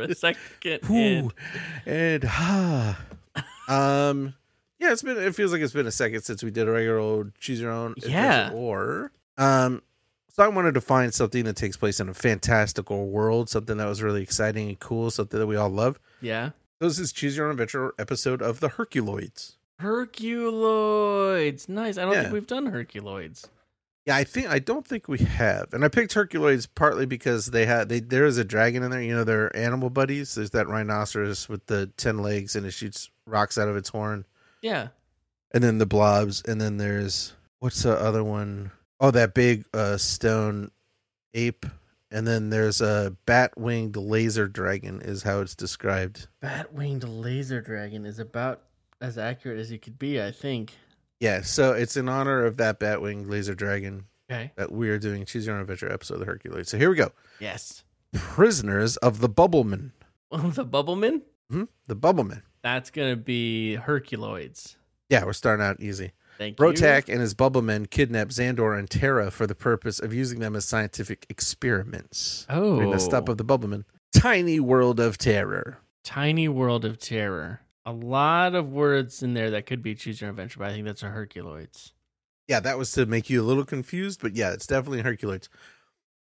[SPEAKER 3] a second.
[SPEAKER 2] Whew.
[SPEAKER 3] and-
[SPEAKER 2] and ha. um, yeah, it's been. It feels like it's been a second since we did a regular old choose your own. adventure
[SPEAKER 3] Yeah.
[SPEAKER 2] Or um, so I wanted to find something that takes place in a fantastical world, something that was really exciting and cool, something that we all love.
[SPEAKER 3] yeah.
[SPEAKER 2] So this is choose your own adventure episode of the Herculoids.
[SPEAKER 3] Herculoids. Nice. I don't
[SPEAKER 2] Yeah.
[SPEAKER 3] think we've done Herculoids.
[SPEAKER 2] Yeah, I think I don't think we have, and I picked Herculoids partly because they had they there is a dragon in there. You know, they're animal buddies. There's that rhinoceros with the ten legs and it shoots rocks out of its horn.
[SPEAKER 3] Yeah.
[SPEAKER 2] and then the blobs, and then there's what's the other one? Oh, that big uh, stone ape, and then there's a bat-winged laser dragon, is how it's described.
[SPEAKER 3] Bat winged laser dragon is about as accurate as you could be, I think.
[SPEAKER 2] Yeah, so it's in honor of that bat-winged laser dragon
[SPEAKER 3] Okay.
[SPEAKER 2] that we are doing Choose Your Own Adventure episode of the Hercules. So here we go.
[SPEAKER 3] Yes.
[SPEAKER 2] Prisoners of the Bubbleman.
[SPEAKER 3] Oh, the Bubbleman?
[SPEAKER 2] Hmm? The Bubbleman.
[SPEAKER 3] That's going to be Herculoids.
[SPEAKER 2] Yeah, we're starting out easy.
[SPEAKER 3] Thank
[SPEAKER 2] Brotak and his Bubblemen kidnap Xandor and Terra for the purpose of using them as scientific experiments.
[SPEAKER 3] you. Oh.
[SPEAKER 2] During the stop of the Bubblemen. Tiny World of Terror.
[SPEAKER 3] Tiny World of Terror. A lot of words in there that could be Choose Your Own Adventure, but I think that's a Herculoids.
[SPEAKER 2] Yeah, that was to make you a little confused, but yeah, it's definitely Herculoids.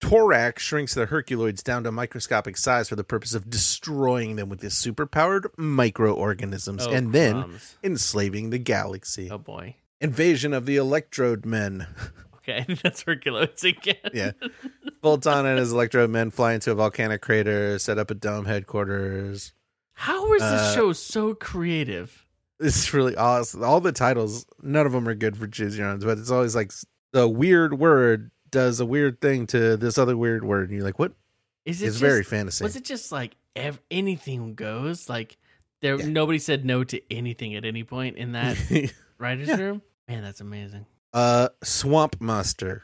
[SPEAKER 2] Torak shrinks the Herculoids down to microscopic size for the purpose of destroying them with his superpowered microorganisms
[SPEAKER 3] Oh,
[SPEAKER 2] and then
[SPEAKER 3] crumbs.
[SPEAKER 2] enslaving the galaxy.
[SPEAKER 3] Oh, boy.
[SPEAKER 2] Invasion of the Electrode Men.
[SPEAKER 3] Okay, that's Herculoids again.
[SPEAKER 2] Yeah. Voltana and his Electrode Men fly into a volcanic crater, set up a dome headquarters.
[SPEAKER 3] How is this
[SPEAKER 2] Uh,
[SPEAKER 3] show so creative?
[SPEAKER 2] It's really awesome. All the titles, none of them are good for choose your own, but it's always like s- the weird word does a weird thing to this other weird word. And you're like, what?
[SPEAKER 3] Is it
[SPEAKER 2] It's
[SPEAKER 3] just,
[SPEAKER 2] very fantasy.
[SPEAKER 3] Was it just like ev- anything goes? Like there,
[SPEAKER 2] Yeah.
[SPEAKER 3] nobody said no to anything at any point in that writer's
[SPEAKER 2] Yeah.
[SPEAKER 3] room. Man, that's amazing.
[SPEAKER 2] uh, swamp monster.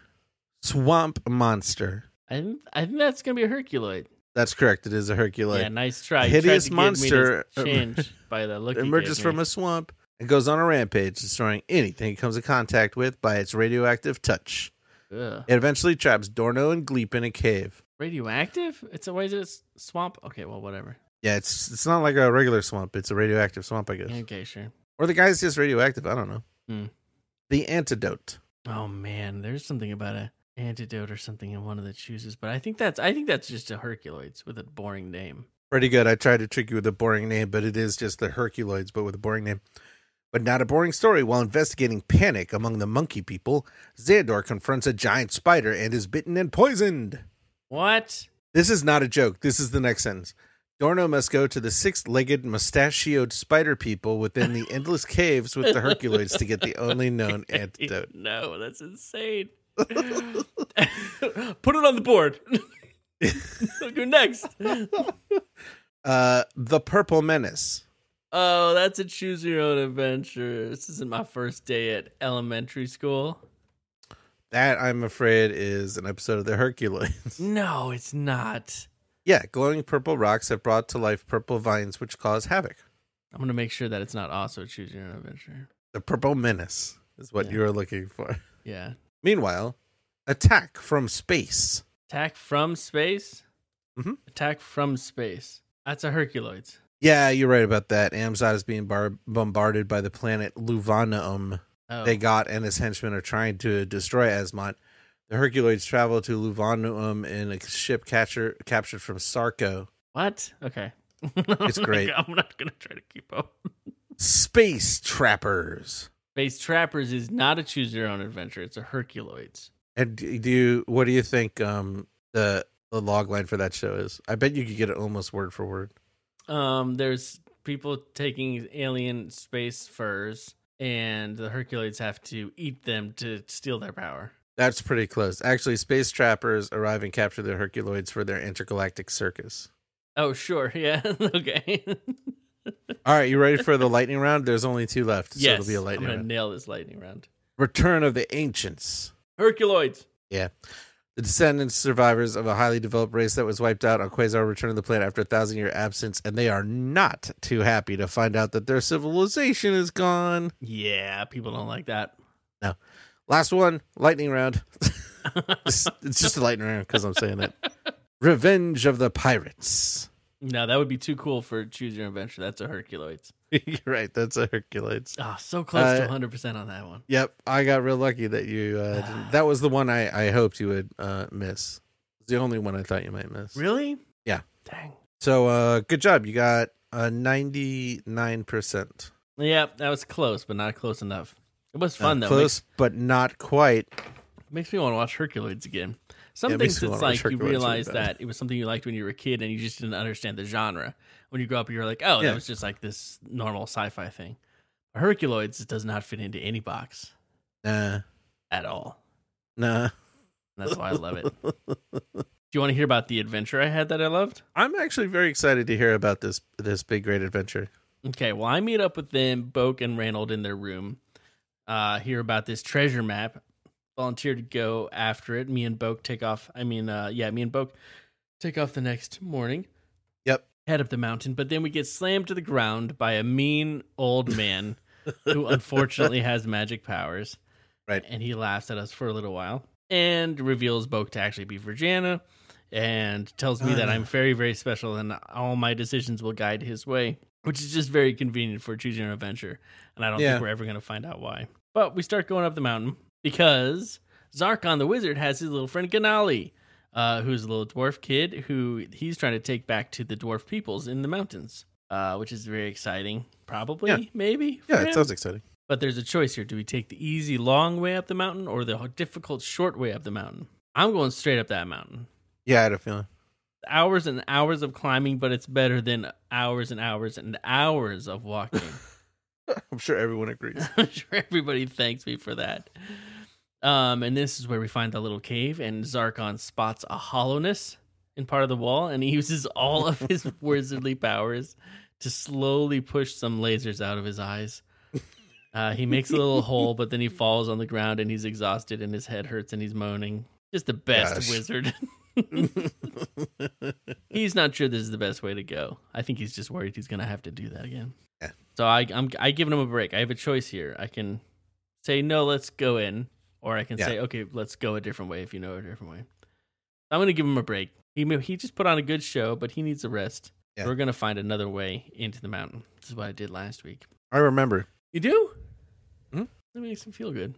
[SPEAKER 2] Swamp monster.
[SPEAKER 3] I think, I think that's gonna be a Herculoid.
[SPEAKER 2] That's correct. It is a Herculoid.
[SPEAKER 3] yeah, nice try.
[SPEAKER 2] hideous
[SPEAKER 3] you tried to get
[SPEAKER 2] monster-
[SPEAKER 3] me to change by the look. you
[SPEAKER 2] emerges
[SPEAKER 3] gave
[SPEAKER 2] from
[SPEAKER 3] me.
[SPEAKER 2] a swamp and goes on a rampage, destroying anything it comes in contact with by its radioactive touch.
[SPEAKER 3] Ugh.
[SPEAKER 2] It eventually traps Dorno and Gleep in a cave.
[SPEAKER 3] radioactive. It's a why is it a s- swamp? Okay, well, whatever.
[SPEAKER 2] Yeah, it's it's not like a regular swamp. It's a radioactive swamp, I guess.
[SPEAKER 3] Okay, sure.
[SPEAKER 2] Or the guy's just radioactive. I don't know.
[SPEAKER 3] Hmm.
[SPEAKER 2] The antidote.
[SPEAKER 3] Oh man, there's something about a antidote or something in one of the chooses, but I think that's I think that's just a Herculoids with a boring name.
[SPEAKER 2] Pretty good. I tried to trick you with a boring name, but it is just the Herculoids, but with a boring name. But not a boring story. While investigating panic among the monkey people, Xandor confronts a giant spider and is bitten and poisoned.
[SPEAKER 3] What?
[SPEAKER 2] This is not a joke. This is the next sentence. Dorno must go to the six legged, mustachioed spider people within the endless caves with the Herculoids to get the only known antidote.
[SPEAKER 3] E, No, that's insane. Put it on the board. I'll go next.
[SPEAKER 2] Uh, the Purple Menace.
[SPEAKER 3] Oh, that's a choose your own adventure. This isn't my first day at elementary school.
[SPEAKER 2] That, I'm afraid, is an episode of the Herculoids.
[SPEAKER 3] No, it's not.
[SPEAKER 2] Yeah, glowing purple rocks have brought to life purple vines, which cause havoc.
[SPEAKER 3] I'm gonna make sure that it's not also choose your own adventure.
[SPEAKER 2] The purple menace is what
[SPEAKER 3] Yeah.
[SPEAKER 2] you are looking for.
[SPEAKER 3] Yeah.
[SPEAKER 2] Meanwhile, attack from space.
[SPEAKER 3] Attack from space.
[SPEAKER 2] Mhm.
[SPEAKER 3] Attack from space. That's a Herculoids.
[SPEAKER 2] Yeah, you're right about that. Amzad is being bar- bombarded by the planet Luvanaum.
[SPEAKER 3] Oh,
[SPEAKER 2] They got and his henchmen are trying to destroy Asmont. The Herculoids travel to Luvanaum in a ship catcher captured from Sarko.
[SPEAKER 3] what? Okay.
[SPEAKER 2] It's great.
[SPEAKER 3] I'm not gonna try to keep up.
[SPEAKER 2] Space trappers.
[SPEAKER 3] Space Trappers is not a choose your own adventure. It's a Herculoids.
[SPEAKER 2] And do you what do you think um the the log line for that show is? I bet you could get it almost word for word.
[SPEAKER 3] Um, there's people taking alien space furs, and the Herculoids have to eat them to steal their power.
[SPEAKER 2] That's pretty close. Actually, space trappers arrive and capture the Herculoids for their intergalactic circus.
[SPEAKER 3] Oh, sure, yeah, okay.
[SPEAKER 2] All right, you ready for the lightning round? There's only two left, so
[SPEAKER 3] yes,
[SPEAKER 2] it'll be a
[SPEAKER 3] I'm
[SPEAKER 2] lightning
[SPEAKER 3] gonna
[SPEAKER 2] round.
[SPEAKER 3] nail this lightning round.
[SPEAKER 2] Return of the Ancients.
[SPEAKER 3] Herculoids.
[SPEAKER 2] Yeah. The descendants, survivors of a highly developed race that was wiped out on Quasar return to the planet after a thousand year absence, and they are not too happy to find out that their civilization is gone.
[SPEAKER 3] Yeah, people don't like that.
[SPEAKER 2] Last one, lightning round. it's, it's just a lightning round because I'm saying it. Revenge of the Pirates.
[SPEAKER 3] No, that would be too cool for choose your own adventure. That's a Herculoids.
[SPEAKER 2] You're right. That's a Hercules.
[SPEAKER 3] Ah, so close
[SPEAKER 2] Uh,
[SPEAKER 3] to 100 percent on that one.
[SPEAKER 2] Yep, I got real lucky that you. Uh, didn't, that was the one I, I hoped you would uh, miss. It's the only one I thought you might miss.
[SPEAKER 3] Really?
[SPEAKER 2] Yeah.
[SPEAKER 3] Dang.
[SPEAKER 2] So, uh, good job. You got ninety nine percent. Uh,
[SPEAKER 3] Yeah, that was close, but not close enough. It was fun though. Makes-
[SPEAKER 2] Close, but not quite.
[SPEAKER 3] Makes me want to watch Herculoids again. Some
[SPEAKER 2] Yeah, it makes
[SPEAKER 3] things
[SPEAKER 2] me
[SPEAKER 3] it's
[SPEAKER 2] wanna watch
[SPEAKER 3] like you
[SPEAKER 2] Herculoids really
[SPEAKER 3] realize
[SPEAKER 2] bad.
[SPEAKER 3] that it was something you liked when you were a kid and you just didn't understand the genre. When you grow up, you're like, oh,
[SPEAKER 2] Yeah.
[SPEAKER 3] that was just like this normal sci-fi thing. Herculoids it does not fit into any box
[SPEAKER 2] Nah,
[SPEAKER 3] at all.
[SPEAKER 2] nah.
[SPEAKER 3] And that's why I love it. Do you want to hear about the adventure I had that I loved?
[SPEAKER 2] I'm actually very excited to hear about this this big great adventure.
[SPEAKER 3] Okay, well, I meet up with them, Boke and Reynold, in their room. Uh, hear about this treasure map. Volunteer to go after it. Me and Boke take off. I mean, uh, yeah, me and Boke Take off the next morning.
[SPEAKER 2] Yep.
[SPEAKER 3] Head up the mountain, but then we get slammed to the ground by a mean old man who unfortunately has magic powers.
[SPEAKER 2] Right.
[SPEAKER 3] And he laughs at us for a little while and reveals Boke to actually be Virginia and tells me that
[SPEAKER 2] Uh.
[SPEAKER 3] I'm very, very special and all my decisions will guide his way, which is just very convenient for choosing an adventure. And I don't
[SPEAKER 2] Yeah.
[SPEAKER 3] think we're ever going to find out why. But we start going up the mountain because Zarkon the wizard has his little friend Ganali, uh, who's a little dwarf kid who he's trying to take back to the dwarf peoples in the mountains, uh, which is very exciting. Probably,
[SPEAKER 2] Yeah.
[SPEAKER 3] maybe. for
[SPEAKER 2] Yeah, it
[SPEAKER 3] him.
[SPEAKER 2] sounds exciting.
[SPEAKER 3] But there's a choice here. Do we take the easy long way up the mountain or the difficult short way up the mountain? I'm going straight up that mountain.
[SPEAKER 2] Yeah, I had a feeling.
[SPEAKER 3] Hours and hours of climbing, but it's better than hours and hours and hours of walking.
[SPEAKER 2] I'm sure everyone agrees.
[SPEAKER 3] I'm sure everybody thanks me for that. Um, and this is where we find the little cave, and Zarkon spots a hollowness in part of the wall, and he uses all of his wizardly powers to slowly push some lasers out of his eyes. Uh, he makes a little hole, but then he falls on the ground, and he's exhausted, and his head hurts, and he's moaning. Just the best
[SPEAKER 2] Gosh.
[SPEAKER 3] wizard. he's not sure this is the best way to go. I think he's just worried he's going to have to do that again.
[SPEAKER 2] Yeah.
[SPEAKER 3] So I, I'm I giving him a break. I have a choice here. I can say no, let's go in, or I can
[SPEAKER 2] Yeah.
[SPEAKER 3] say okay, let's go a different way if you know a different way. I'm going to give him a break. He may- he just put on a good show, but he needs a rest.
[SPEAKER 2] Yeah.
[SPEAKER 3] We're going to find another way into the mountain. This is what I did last week.
[SPEAKER 2] I remember.
[SPEAKER 3] You do?
[SPEAKER 2] Hmm?
[SPEAKER 3] That makes him feel good.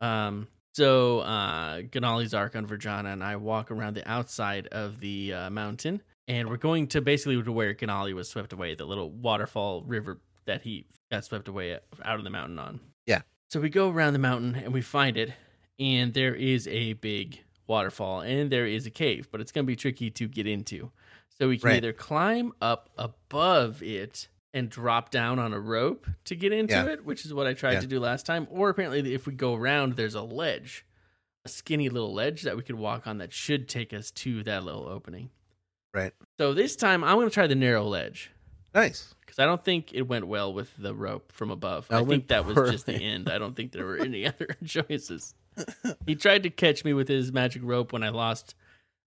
[SPEAKER 3] Um, so uh, Ganali's Ark on Verjana and I walk around the outside of the uh, mountain, and we're going to basically to where Ganali was swept away, the little waterfall river that he got swept away out of the mountain on.
[SPEAKER 2] Yeah.
[SPEAKER 3] So we go around the mountain and we find it, and there is a big waterfall and there is a cave, but it's going to be tricky to get into. So we can
[SPEAKER 2] Right.
[SPEAKER 3] either climb up above it and drop down on a rope to get into
[SPEAKER 2] Yeah.
[SPEAKER 3] it, which is what I tried
[SPEAKER 2] Yeah.
[SPEAKER 3] to do last time, or apparently if we go around, there's a ledge, a skinny little ledge that we could walk on that should take us to that little opening.
[SPEAKER 2] Right.
[SPEAKER 3] So this time I'm going to try the narrow ledge
[SPEAKER 2] Nice.
[SPEAKER 3] because I don't think it went well with the rope from above.
[SPEAKER 2] That
[SPEAKER 3] I
[SPEAKER 2] went
[SPEAKER 3] think that was just the
[SPEAKER 2] poorly.
[SPEAKER 3] end. I don't think there were any other choices. He tried to catch me with his magic rope when I lost.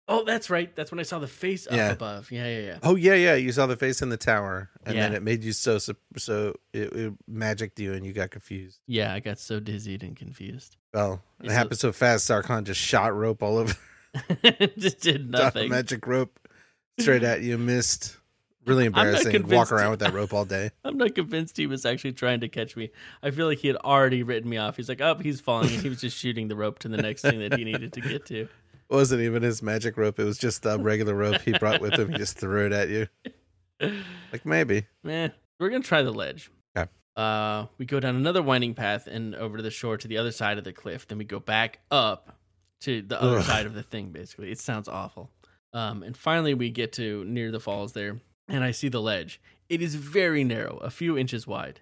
[SPEAKER 3] Oh, that's right. That's when I saw the face up
[SPEAKER 2] Yeah.
[SPEAKER 3] above. Yeah, yeah, yeah.
[SPEAKER 2] Oh yeah, yeah. You saw the face in the tower, and then
[SPEAKER 3] Yeah.
[SPEAKER 2] it made you so so, so it, it magicked you, and you got confused.
[SPEAKER 3] Yeah, I got so dizzied and confused.
[SPEAKER 2] Well, it
[SPEAKER 3] It's a-
[SPEAKER 2] happened so fast. Sarkon just shot rope all over
[SPEAKER 3] just did
[SPEAKER 2] the
[SPEAKER 3] nothing.
[SPEAKER 2] magic rope straight at you. Missed. Really
[SPEAKER 3] not
[SPEAKER 2] embarrassing. Walk
[SPEAKER 3] convinced.
[SPEAKER 2] around with that rope all day.
[SPEAKER 3] I'm not convinced he was actually trying to catch me. I feel like he had already written me off. He's like, oh, he's falling. And he was just shooting the rope to the next thing that he needed to get to.
[SPEAKER 2] It wasn't even his magic rope. It was just the regular rope he brought with him. He just threw it at you. Like maybe.
[SPEAKER 3] Meh. We're gonna try the ledge.
[SPEAKER 2] Okay.
[SPEAKER 3] Uh, we go down another winding path and over to the shore to the other side of the cliff. Then we go back up to the other
[SPEAKER 2] Ugh.
[SPEAKER 3] side of the thing. Basically, it sounds awful. Um, and finally we get to near the falls there, and I see the ledge. It is very narrow, a few inches wide.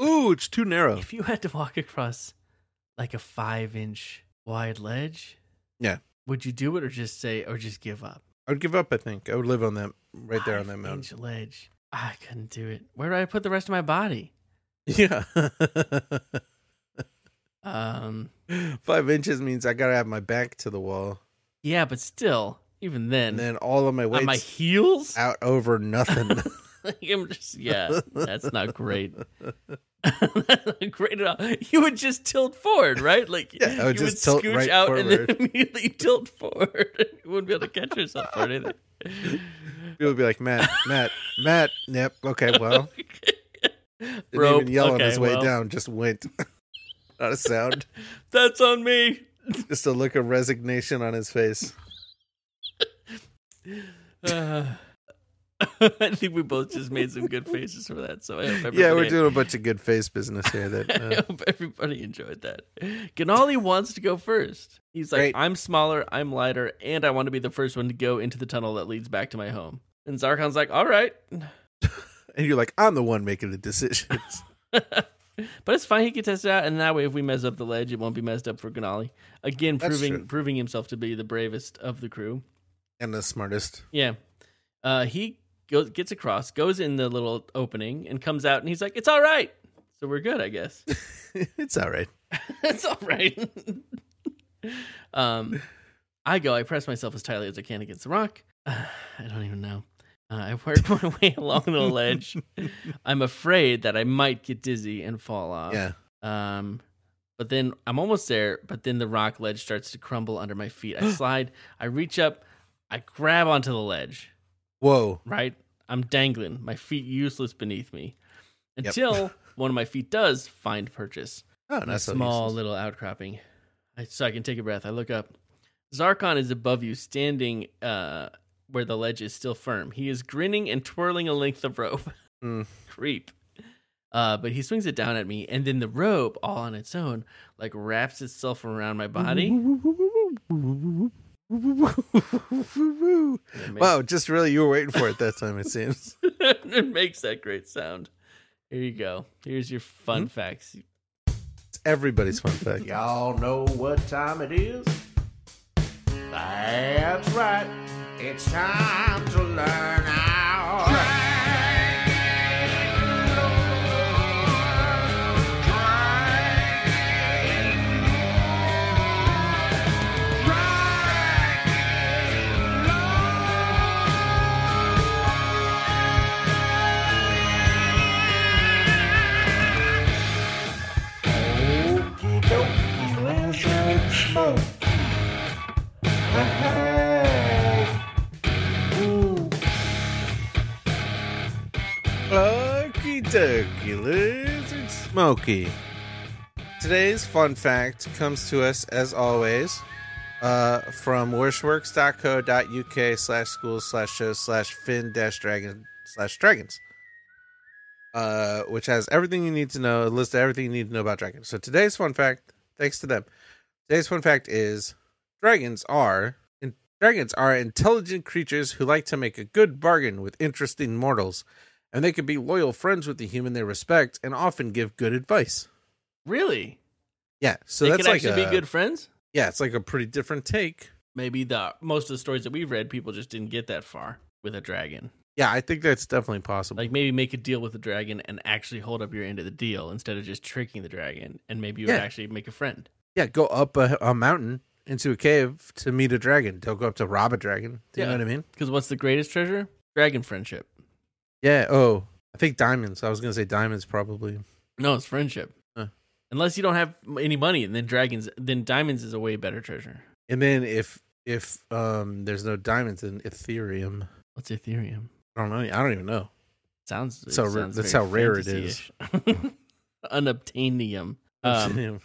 [SPEAKER 2] Ooh, it's too narrow.
[SPEAKER 3] If you had to walk across like a five-inch wide ledge,
[SPEAKER 2] Yeah.
[SPEAKER 3] would you do it or just say or just give up?
[SPEAKER 2] I would give up. I think I would live on that right there on that mountain.
[SPEAKER 3] Five-inch ledge. I couldn't do it. Where do I put the rest of my body?
[SPEAKER 2] Yeah.
[SPEAKER 3] Um,
[SPEAKER 2] Five inches means I gotta have my back to the wall,
[SPEAKER 3] Yeah, but still, even then,
[SPEAKER 2] and then Ah. all of my
[SPEAKER 3] on
[SPEAKER 2] weight
[SPEAKER 3] my heels,
[SPEAKER 2] out over nothing.
[SPEAKER 3] like, I'm just yeah, that's not great. Not great at all. You would just tilt forward, right? Like
[SPEAKER 2] Yeah, I would
[SPEAKER 3] you
[SPEAKER 2] just tilt
[SPEAKER 3] scooch
[SPEAKER 2] right
[SPEAKER 3] out and
[SPEAKER 2] forward.
[SPEAKER 3] then immediately tilt forward. you wouldn't be able to catch yourself for anything.
[SPEAKER 2] People would be like, Matt, Matt, Matt. Yep. Okay. Well, didn't
[SPEAKER 3] Rope,
[SPEAKER 2] even yell on
[SPEAKER 3] okay,
[SPEAKER 2] his way
[SPEAKER 3] well.
[SPEAKER 2] down. Just went. Not a sound.
[SPEAKER 3] That's on me.
[SPEAKER 2] just a look of resignation on his face.
[SPEAKER 3] Uh, I think we both just made some good faces for that. So I hope everybody
[SPEAKER 2] yeah, we're doing a bunch of good face business here. That
[SPEAKER 3] I
[SPEAKER 2] uh,
[SPEAKER 3] hope everybody enjoyed that. Ganali wants to go first. He's like,
[SPEAKER 2] Great.
[SPEAKER 3] I'm smaller, I'm lighter, and I want to be the first one to go into the tunnel that leads back to my home. And Zarkon's like, all right.
[SPEAKER 2] and you're like, I'm the one making the decisions.
[SPEAKER 3] But it's fine. He can test it out. And that way, if we mess up the ledge, it won't be messed up for Ganali. Again,
[SPEAKER 2] That's
[SPEAKER 3] proving
[SPEAKER 2] true.
[SPEAKER 3] proving himself to be the bravest of the crew.
[SPEAKER 2] and the smartest.
[SPEAKER 3] Yeah. Uh, he goes, gets across, goes in the little opening, and comes out, and he's like, it's all right. So we're good, I guess.
[SPEAKER 2] it's all right.
[SPEAKER 3] That's all right. um, I go, I press myself as tightly as I can against the rock. I don't even know. Uh, I work my way along the ledge. I'm afraid that I might get dizzy and fall off.
[SPEAKER 2] Yeah.
[SPEAKER 3] Um, but then I'm almost there, but then the rock ledge starts to crumble under my feet. I slide, I reach up, I grab onto the ledge,
[SPEAKER 2] Whoa.
[SPEAKER 3] right? I'm dangling, my feet useless beneath me until one of my feet does find purchase.
[SPEAKER 2] Oh,
[SPEAKER 3] A
[SPEAKER 2] not so
[SPEAKER 3] small
[SPEAKER 2] useless.
[SPEAKER 3] little outcropping. I, so I can take a breath. I look up. Zarkon is above you, standing uh, where the ledge is still firm. He is grinning and twirling a length of rope.
[SPEAKER 2] Hmm.
[SPEAKER 3] Creep. Uh, but he swings it down at me, and then the rope, all on its own, like wraps itself around my body. It makes-
[SPEAKER 2] Wow, just really you were waiting for it that time, it seems.
[SPEAKER 3] it makes that great sound. Here you go. Here's your fun
[SPEAKER 2] Hmm?
[SPEAKER 3] facts.
[SPEAKER 2] It's everybody's fun fact.
[SPEAKER 5] Y'all know what time it is? That's right. It's time to learn how. Okey dokey, let's get smoked. Hey. Ooh.
[SPEAKER 2] Okie dokie, lizard smoky. Today's fun fact comes to us as always uh, from worshworks.co.uk slash schools slash shows slash fin dash dragon slash dragons, uh, which has everything you need to know, a list of everything you need to know about dragons. So today's fun fact, thanks to them, today's fun fact is dragons are in, dragons are intelligent creatures who like to make a good bargain with interesting mortals and they can be loyal friends with the human they respect and often give good advice.
[SPEAKER 3] Really?
[SPEAKER 2] Yeah, so
[SPEAKER 3] they
[SPEAKER 2] that's
[SPEAKER 3] can
[SPEAKER 2] like
[SPEAKER 3] actually
[SPEAKER 2] a,
[SPEAKER 3] be good friends?
[SPEAKER 2] Yeah, it's like a pretty different take.
[SPEAKER 3] maybe the most of the stories that we've read, people just didn't get that far with a dragon.
[SPEAKER 2] Yeah, I think that's definitely possible.
[SPEAKER 3] Like maybe make a deal with the dragon and actually hold up your end of the deal instead of just tricking the dragon, and maybe you would
[SPEAKER 2] Yeah.
[SPEAKER 3] actually make a friend.
[SPEAKER 2] yeah, go up a, a mountain into a cave to meet a dragon. Don't go up to rob a dragon. Do you
[SPEAKER 3] Yeah.
[SPEAKER 2] know what I mean?
[SPEAKER 3] Because what's the greatest treasure? Dragon friendship.
[SPEAKER 2] Yeah. Oh, I think diamonds. I was gonna say diamonds probably.
[SPEAKER 3] No, it's friendship.
[SPEAKER 2] Huh.
[SPEAKER 3] Unless you don't have any money, and then dragons, then diamonds is a way better treasure.
[SPEAKER 2] And then if if um there's no diamonds in Ethereum,
[SPEAKER 3] What's Ethereum?
[SPEAKER 2] I don't know. I don't even know.
[SPEAKER 3] Sounds
[SPEAKER 2] That's how
[SPEAKER 3] it
[SPEAKER 2] ra-
[SPEAKER 3] sounds
[SPEAKER 2] that's
[SPEAKER 3] very
[SPEAKER 2] how rare it
[SPEAKER 3] fantasy-ish. Unobtainium. Um,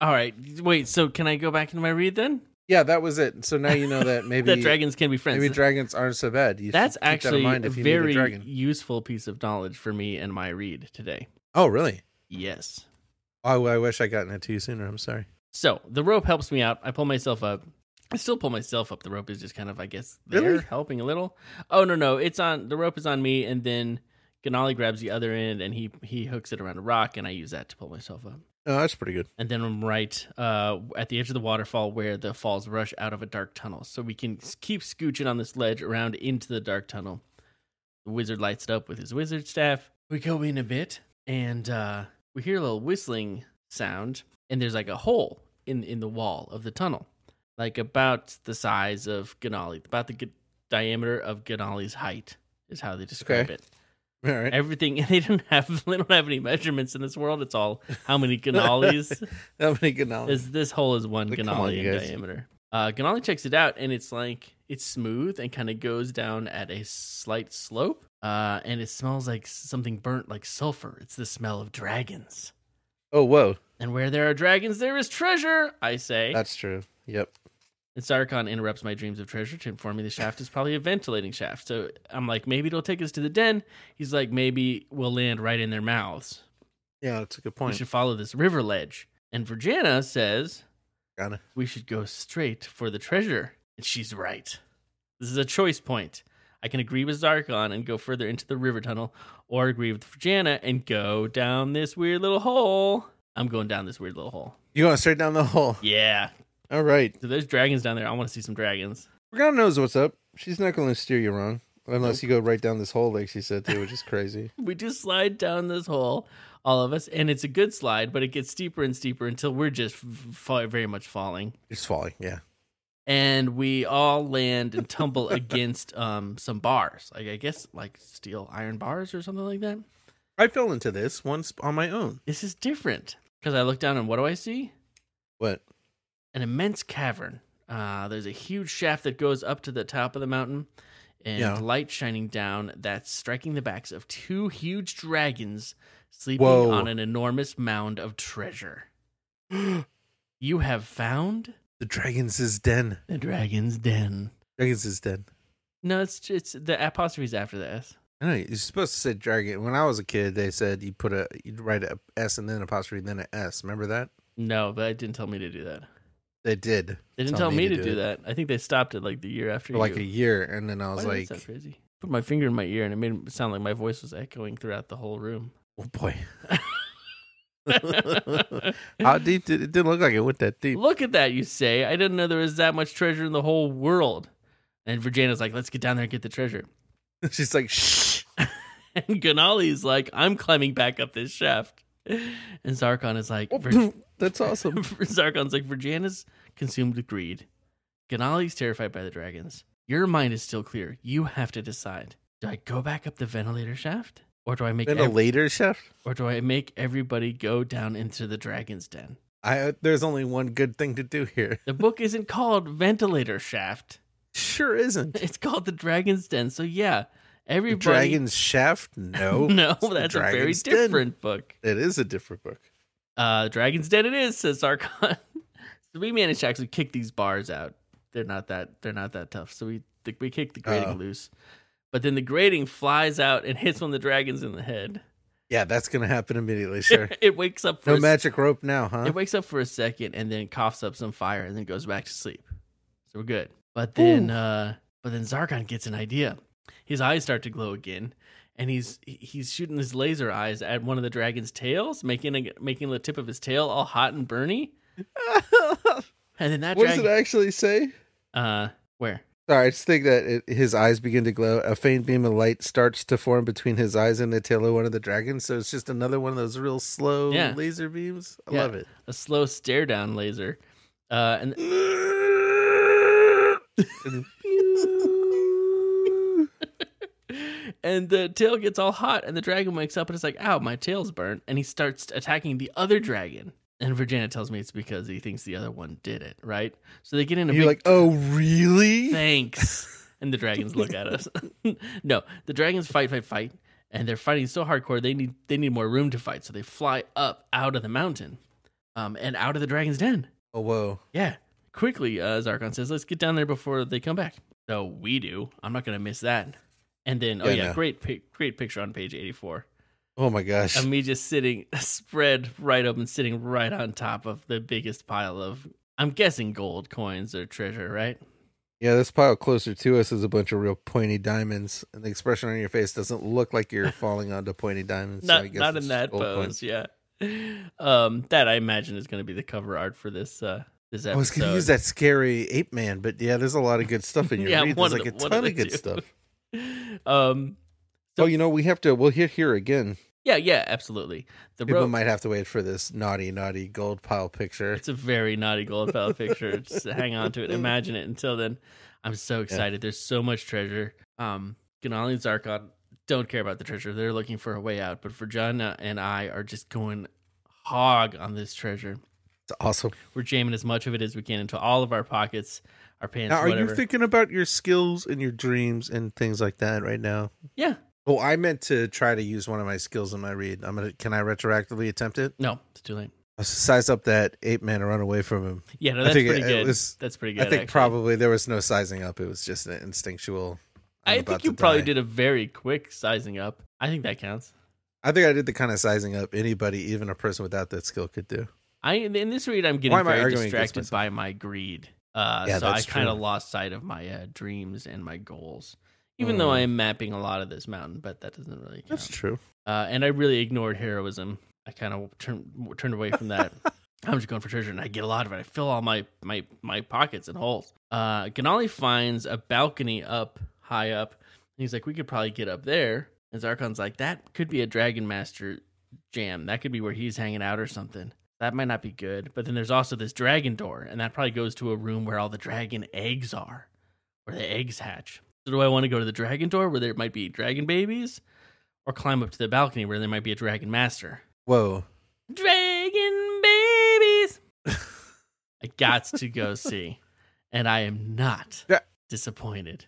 [SPEAKER 3] all right, wait. So can I go back into my read then?
[SPEAKER 2] yeah, that was it. So now you know that maybe
[SPEAKER 3] that dragons can be friends.
[SPEAKER 2] maybe dragons aren't so bad. You should
[SPEAKER 3] That's
[SPEAKER 2] keep that in
[SPEAKER 3] actually
[SPEAKER 2] mind
[SPEAKER 3] a
[SPEAKER 2] if you meet a
[SPEAKER 3] very
[SPEAKER 2] dragon.
[SPEAKER 3] useful piece of knowledge for me and my read today.
[SPEAKER 2] Oh, really?
[SPEAKER 3] Yes.
[SPEAKER 2] Oh, I wish I gotten it to you sooner. I'm sorry.
[SPEAKER 3] So the rope helps me out. I pull myself up. I still pull myself up. The rope is just kind of, I guess, there
[SPEAKER 2] Really?
[SPEAKER 3] helping a little. Oh no, no, it's on. The rope is on me, and then Ganali grabs the other end and he he hooks it around a rock, and I use that to pull myself up.
[SPEAKER 2] Oh, that's pretty good.
[SPEAKER 3] And then I'm right uh, at the edge of the waterfall where the falls rush out of a dark tunnel. So we can s- keep scooching on this ledge around into the dark tunnel. The wizard lights it up with his wizard staff. We go in a bit and uh, we hear a little whistling sound. And there's like a hole in, in the wall of the tunnel, like about the size of Ganali, about the g- diameter of Ganali's height, is how they describe
[SPEAKER 2] Okay.
[SPEAKER 3] it
[SPEAKER 2] All right.
[SPEAKER 3] everything and they don't have they don't have any measurements in this world it's all how many canales
[SPEAKER 2] How many good knowledge?
[SPEAKER 3] is this hole is one
[SPEAKER 2] Like, come on,
[SPEAKER 3] canali
[SPEAKER 2] you
[SPEAKER 3] in
[SPEAKER 2] guys.
[SPEAKER 3] diameter uh canali checks it out and it's like it's smooth and kind of goes down at a slight slope uh and it smells like something burnt like sulfur it's the smell of dragons
[SPEAKER 2] Oh, whoa.
[SPEAKER 3] and where there are dragons there is treasure i say
[SPEAKER 2] That's true. Yep.
[SPEAKER 3] and Sarkon interrupts my dreams of treasure to inform me the shaft is probably a ventilating shaft. So I'm like, maybe it'll take us to the den. He's like, maybe we'll land right in their mouths.
[SPEAKER 2] Yeah, that's a good
[SPEAKER 3] We
[SPEAKER 2] point.
[SPEAKER 3] should follow this river ledge. And Virginia says
[SPEAKER 2] Kinda.
[SPEAKER 3] we should go straight for the treasure. And she's right. This is a choice point. I can agree with Zarkon and go further into the river tunnel, or agree with Virginia and go down this weird little hole. I'm going down this weird little hole.
[SPEAKER 2] You going straight down the hole.
[SPEAKER 3] Yeah.
[SPEAKER 2] All right.
[SPEAKER 3] So there's dragons down there. I want to see some dragons.
[SPEAKER 2] Morgana knows what's up. She's not going to steer you wrong. Unless you go right down this hole, like she said, too, which is crazy.
[SPEAKER 3] We do slide down this hole, all of us, and it's a good slide, but it gets steeper and steeper until we're just f- f- very much falling.
[SPEAKER 2] It's falling. Yeah.
[SPEAKER 3] and we all land and tumble against um some bars. Like I guess like steel iron bars or something like that.
[SPEAKER 2] I fell into this once on my own.
[SPEAKER 3] This is different because I look down and what do I see?
[SPEAKER 2] What?
[SPEAKER 3] An immense cavern. Uh, there's a huge shaft that goes up to the top of the mountain, and
[SPEAKER 2] Yeah.
[SPEAKER 3] light shining down that's striking the backs of two huge dragons sleeping
[SPEAKER 2] Whoa.
[SPEAKER 3] on an enormous mound of treasure. you have found
[SPEAKER 2] The dragon's is den.
[SPEAKER 3] the dragon's den.
[SPEAKER 2] Dragon's is den.
[SPEAKER 3] No, it's it's the apostrophe's after the S.
[SPEAKER 2] I know you're supposed to say dragon. When I was a kid, they said you put a you'd write a S and then apostrophe then a S. Remember that?
[SPEAKER 3] No, but it didn't tell me to do that.
[SPEAKER 2] They did.
[SPEAKER 3] They didn't
[SPEAKER 2] Tell
[SPEAKER 3] tell me, to, do,
[SPEAKER 2] it
[SPEAKER 3] that. I think they stopped it like the year after.
[SPEAKER 2] for like
[SPEAKER 3] you.
[SPEAKER 2] a year, and then I
[SPEAKER 3] Why
[SPEAKER 2] was
[SPEAKER 3] did that
[SPEAKER 2] like,
[SPEAKER 3] sound crazy. Put my finger in my ear and it made it sound like my voice was echoing throughout the whole room.
[SPEAKER 2] oh boy. How deep did it didn't look like it went that deep?
[SPEAKER 3] Look at that, you say. I didn't know there was that much treasure in the whole world. And Virginia's like, let's get down there and get the treasure.
[SPEAKER 2] She's like, shh.
[SPEAKER 3] And Ganali's like, I'm climbing back up this shaft. And Zarkon is like, Vir-
[SPEAKER 2] That's awesome.
[SPEAKER 3] Zarkon's like, Virginia's consumed with greed. Ganali's terrified by the dragons. Your mind is still clear. You have to decide. Do I go back up the ventilator shaft? Or do I make
[SPEAKER 2] And
[SPEAKER 3] ev-
[SPEAKER 2] a later chef.
[SPEAKER 3] or do I make everybody go down into the dragon's den?
[SPEAKER 2] I uh, there's only one good thing to do here.
[SPEAKER 3] The book isn't called Ventilator Shaft.
[SPEAKER 2] Sure isn't.
[SPEAKER 3] It's called The Dragon's Den. So yeah, everybody
[SPEAKER 2] Dragon's shaft? No.
[SPEAKER 3] No,
[SPEAKER 2] It's the
[SPEAKER 3] that's a very
[SPEAKER 2] Dragon's Den.
[SPEAKER 3] different book.
[SPEAKER 2] It is a different book.
[SPEAKER 3] Uh Dragon's Den it is, says Archon. so we managed to actually kick these bars out. They're not that they're not that tough. So we we kicked the grating
[SPEAKER 2] Uh-oh.
[SPEAKER 3] loose. But then the grating flies out and hits one of the dragons in the head.
[SPEAKER 2] Yeah, that's gonna happen immediately. Sure.
[SPEAKER 3] it wakes up for
[SPEAKER 2] No
[SPEAKER 3] a
[SPEAKER 2] magic rope now, huh?
[SPEAKER 3] It wakes up for a second and then coughs up some fire and then goes back to sleep. So we're good. But then uh but then Zarkon gets an idea. His eyes start to glow again and he's he's shooting his laser eyes at one of the dragon's tails, making a, making the tip of his tail all hot and burny. And then that
[SPEAKER 2] what does
[SPEAKER 3] dragon
[SPEAKER 2] it actually say?
[SPEAKER 3] uh where?
[SPEAKER 2] Sorry, I just think that it, his eyes begin to glow. A faint beam of light starts to form between his eyes and the tail of one of the dragons. So it's just another one of those real slow
[SPEAKER 3] Yeah.
[SPEAKER 2] laser beams. I
[SPEAKER 3] Yeah,
[SPEAKER 2] love it.
[SPEAKER 3] A slow stare down laser. Uh and and the tail gets all hot, and the dragon wakes up and it's like, ow, my tail's burnt. And he starts attacking the other dragon. And Virginia tells me it's because he thinks the other one did it, right? So they get in a
[SPEAKER 2] You're
[SPEAKER 3] big
[SPEAKER 2] like, oh, really?
[SPEAKER 3] thanks. and the dragons look at us. no, the dragons fight, fight, fight. And they're fighting so hardcore they need they need more room to fight. So they fly up out of the mountain. Um, and out of the dragon's den.
[SPEAKER 2] Oh, whoa.
[SPEAKER 3] Yeah. Quickly, uh, Zarkon says, let's get down there before they come back. So we do. I'm not going to miss that. And then, oh,
[SPEAKER 2] Yeah,
[SPEAKER 3] yeah,
[SPEAKER 2] no.
[SPEAKER 3] great pi- great picture on page 84
[SPEAKER 2] Oh, my gosh.
[SPEAKER 3] of me just sitting spread right open, sitting right on top of the biggest pile of, I'm guessing gold coins or treasure, right?
[SPEAKER 2] yeah, this pile closer to us is a bunch of real pointy diamonds. And the expression on your face doesn't look like you're falling onto pointy diamonds. so I
[SPEAKER 3] not
[SPEAKER 2] guess
[SPEAKER 3] not
[SPEAKER 2] it's
[SPEAKER 3] in that
[SPEAKER 2] gold coins.
[SPEAKER 3] pose, yeah. Um, that I imagine is going to be the cover art for this uh this episode.
[SPEAKER 2] I was going to Oh, use that scary ape man, but yeah, there's a lot of good stuff in your
[SPEAKER 3] Yeah,
[SPEAKER 2] read.
[SPEAKER 3] one
[SPEAKER 2] There's like
[SPEAKER 3] of
[SPEAKER 2] a
[SPEAKER 3] the- one
[SPEAKER 2] ton
[SPEAKER 3] of
[SPEAKER 2] of,
[SPEAKER 3] the
[SPEAKER 2] good
[SPEAKER 3] two.
[SPEAKER 2] stuff.
[SPEAKER 3] Um, So-
[SPEAKER 2] oh, you know, we have to, we'll hit here again.
[SPEAKER 3] yeah, yeah, absolutely. The
[SPEAKER 2] People
[SPEAKER 3] rope,
[SPEAKER 2] might have to wait for this naughty, naughty gold pile picture.
[SPEAKER 3] It's a very naughty gold pile picture. Just hang on to it. Imagine it. Until then, I'm so excited. There's so much treasure. Um, Ganali and Zarkon don't care about the treasure. They're looking for a way out. But Virginia and I are just going hog on this treasure.
[SPEAKER 2] It's awesome.
[SPEAKER 3] We're jamming as much of it as we can into all of our pockets, our pants,
[SPEAKER 2] Now, are
[SPEAKER 3] whatever.
[SPEAKER 2] you thinking about your skills and your dreams and things like that right now?
[SPEAKER 3] yeah.
[SPEAKER 2] Oh, I meant to try to use one of my skills in my read. I'm gonna. Can I retroactively attempt it?
[SPEAKER 3] No, it's too late.
[SPEAKER 2] I'll size up that ape man and run away from him.
[SPEAKER 3] Yeah, no,
[SPEAKER 2] I
[SPEAKER 3] that's
[SPEAKER 2] think
[SPEAKER 3] pretty
[SPEAKER 2] it- it
[SPEAKER 3] good.
[SPEAKER 2] was-
[SPEAKER 3] that's pretty
[SPEAKER 2] I
[SPEAKER 3] good.
[SPEAKER 2] think
[SPEAKER 3] actually.
[SPEAKER 2] probably there was no sizing up. It was just an instinctual. I'm
[SPEAKER 3] I
[SPEAKER 2] about
[SPEAKER 3] think
[SPEAKER 2] to
[SPEAKER 3] you probably
[SPEAKER 2] die.
[SPEAKER 3] did a very quick sizing up. I think that counts.
[SPEAKER 2] I think I did the kind of sizing up anybody, even a person without that skill, could do.
[SPEAKER 3] I in this read, I'm
[SPEAKER 2] Why
[SPEAKER 3] getting
[SPEAKER 2] am I
[SPEAKER 3] very
[SPEAKER 2] arguing against
[SPEAKER 3] distracted
[SPEAKER 2] myself?
[SPEAKER 3] by my greed. Uh,
[SPEAKER 2] Yeah,
[SPEAKER 3] so I
[SPEAKER 2] that's
[SPEAKER 3] kind of
[SPEAKER 2] true.
[SPEAKER 3] lost sight of my uh, dreams and my goals, even though
[SPEAKER 2] Hmm.
[SPEAKER 3] I am mapping a lot of this mountain, but that doesn't really
[SPEAKER 2] That's
[SPEAKER 3] count.
[SPEAKER 2] true.
[SPEAKER 3] Uh, and I really ignored heroism. I kind of turned turned away from that. I'm just going for treasure, and I get a lot of it. I fill all my my my pockets and holes. Uh, Ganali finds a balcony up high up, and he's like, "We could probably get up there." And Zarkon's like, "That could be a Dragon Master jam. That could be where he's hanging out or something." That might not be good. But then there's also this dragon door, and that probably goes to a room where all the dragon eggs are, where the eggs hatch. So do I want to go to the dragon door where there might be dragon babies, or climb up to the balcony where there might be a dragon master?
[SPEAKER 2] Whoa.
[SPEAKER 3] Dragon babies. I got to go see, and I am not
[SPEAKER 2] Yeah.
[SPEAKER 3] disappointed.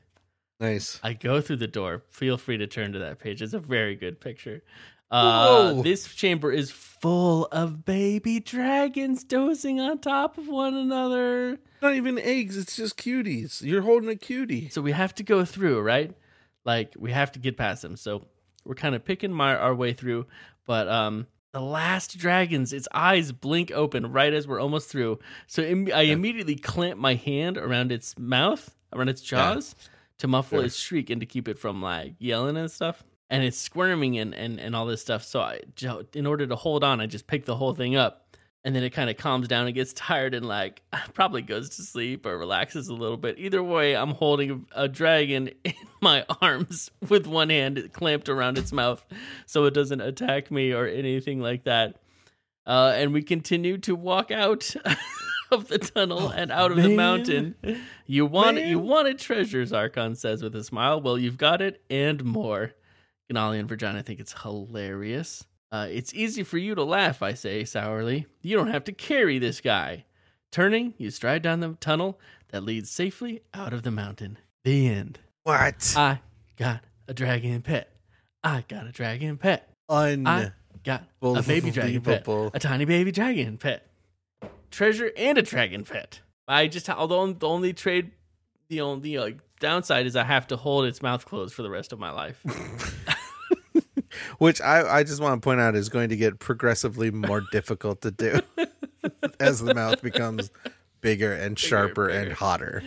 [SPEAKER 2] Nice.
[SPEAKER 3] I go through the door. Feel free to turn to that page. It's a very good picture. Uh,
[SPEAKER 2] Whoa.
[SPEAKER 3] this chamber is full of baby dragons dozing on top of one another.
[SPEAKER 2] Not even eggs, it's just cuties. You're holding a cutie.
[SPEAKER 3] So we have to go through, right? Like we have to get past them. So we're kind of picking my, our way through, but um the last dragon's its eyes blink open right as we're almost through. So im- I immediately clamp my hand around its mouth, around its jaws to muffle
[SPEAKER 2] Sure.
[SPEAKER 3] its shriek and to keep it from like yelling and stuff. And it's squirming and and, and all this stuff. So I jo- in order to hold on, I just pick the whole thing up and then it kind of calms down and gets tired and like probably goes to sleep or relaxes a little bit. Either way, I'm holding a dragon in my arms with one hand clamped around its mouth so it doesn't attack me or anything like that. Uh, and we continue to walk out of the tunnel and out of the
[SPEAKER 2] man.
[SPEAKER 3] mountain. You want you
[SPEAKER 2] Man.
[SPEAKER 3] wanted treasures, Archon says with a smile. Well, you've got it and more. Ganali and Virginia think it's hilarious. Uh, it's easy for you to laugh, I say sourly. You don't have to carry this guy. Turning, you stride down the tunnel that leads safely out of the mountain. The end.
[SPEAKER 2] What?
[SPEAKER 3] I got a dragon pet. I got a dragon pet.
[SPEAKER 2] Un.
[SPEAKER 3] I got a baby dragon pet.
[SPEAKER 2] Believable.
[SPEAKER 3] A tiny baby dragon pet. Treasure and a dragon pet. I just although the only trade the only like downside is I have to hold its mouth closed for the rest of my life.
[SPEAKER 2] Which I, I just want to point out is going to get progressively more difficult to do as the mouth becomes bigger and sharper and
[SPEAKER 3] bigger.
[SPEAKER 2] hotter.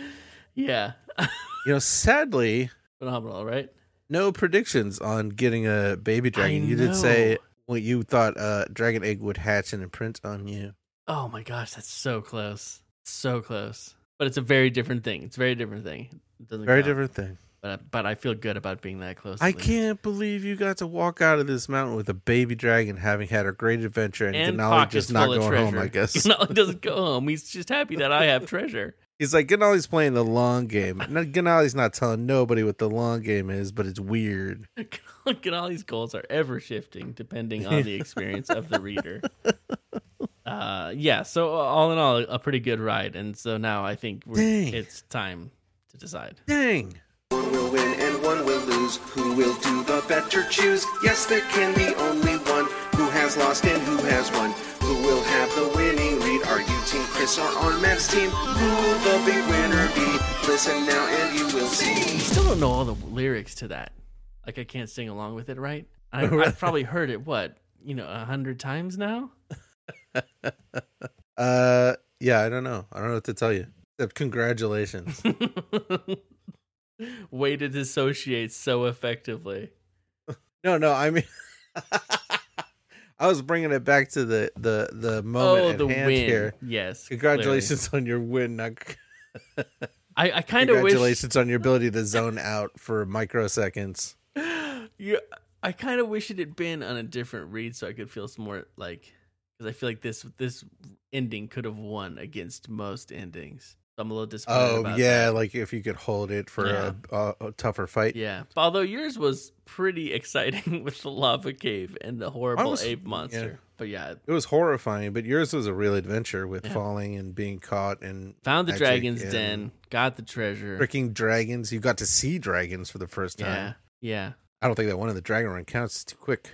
[SPEAKER 3] yeah.
[SPEAKER 2] You know, sadly,
[SPEAKER 3] Phenomenal, right?
[SPEAKER 2] no predictions on getting a baby dragon.
[SPEAKER 3] I
[SPEAKER 2] you did say
[SPEAKER 3] know.
[SPEAKER 2] what you thought a dragon egg would hatch and imprint on you.
[SPEAKER 3] Oh my gosh, that's so close. So close. But it's a very different thing. It's a very different thing. It doesn't
[SPEAKER 2] Very
[SPEAKER 3] count.
[SPEAKER 2] different thing.
[SPEAKER 3] But I, but I feel good about being that close.
[SPEAKER 2] I
[SPEAKER 3] at least.
[SPEAKER 2] can't believe you got to walk out of this mountain with a baby dragon having had a great adventure and,
[SPEAKER 3] And
[SPEAKER 2] Denali
[SPEAKER 3] pockets
[SPEAKER 2] just not
[SPEAKER 3] full of
[SPEAKER 2] going
[SPEAKER 3] treasure.
[SPEAKER 2] home, I guess.
[SPEAKER 3] Ganali doesn't go home. He's just happy that I have treasure.
[SPEAKER 2] He's like, Ganali's playing the long game. No, Ganali's not telling nobody what the long game is, but it's weird.
[SPEAKER 3] Ganali's goals are ever shifting depending on the experience of the reader. Uh, yeah. So all in all, a pretty good ride. And so now I think we're,
[SPEAKER 2] Dang.
[SPEAKER 3] it's time to decide.
[SPEAKER 2] Dang.
[SPEAKER 6] One will win and one will lose. Who will do the better choose? Yes, there can be only one. Who has lost and who has won? Who will have the winning lead? Are you Team Chris or on Matt's team? Who will the big winner be? Listen now and you will see.
[SPEAKER 3] still don't know all the lyrics to that. Like I can't sing along with it right. I, I've probably heard it what you know a hundred times now.
[SPEAKER 2] Uh, yeah, I don't know. I don't know what to tell you. Except Congratulations.
[SPEAKER 3] Way to dissociate so effectively.
[SPEAKER 2] no, no, I mean, I was bringing it back to the the the moment
[SPEAKER 3] oh,
[SPEAKER 2] at
[SPEAKER 3] the
[SPEAKER 2] hand
[SPEAKER 3] win!
[SPEAKER 2] here.
[SPEAKER 3] Yes,
[SPEAKER 2] Congratulations on your win. Not
[SPEAKER 3] clearly. I, I kind of wish
[SPEAKER 2] congratulations on your ability to zone out for microseconds.
[SPEAKER 3] you. I kind of wish it had been on a different read so I could feel some more like because I feel like this this ending could have won against most endings. So I'm a little disappointed.
[SPEAKER 2] Oh
[SPEAKER 3] about
[SPEAKER 2] yeah,
[SPEAKER 3] that.
[SPEAKER 2] like if you could hold it for
[SPEAKER 3] Yeah.
[SPEAKER 2] a, a, a tougher fight.
[SPEAKER 3] Yeah. Although yours was pretty exciting with the lava cave and the horrible
[SPEAKER 2] Mine was-
[SPEAKER 3] ape monster. But yeah,
[SPEAKER 2] It was horrifying, but yours was a real adventure with falling and being caught and
[SPEAKER 3] found the
[SPEAKER 2] magic
[SPEAKER 3] dragon's
[SPEAKER 2] and
[SPEAKER 3] den, got the treasure.
[SPEAKER 2] Freaking dragons! You got to see dragons for the first time.
[SPEAKER 3] yeah. Yeah.
[SPEAKER 2] I don't think that one of the dragon run counts. It's too quick.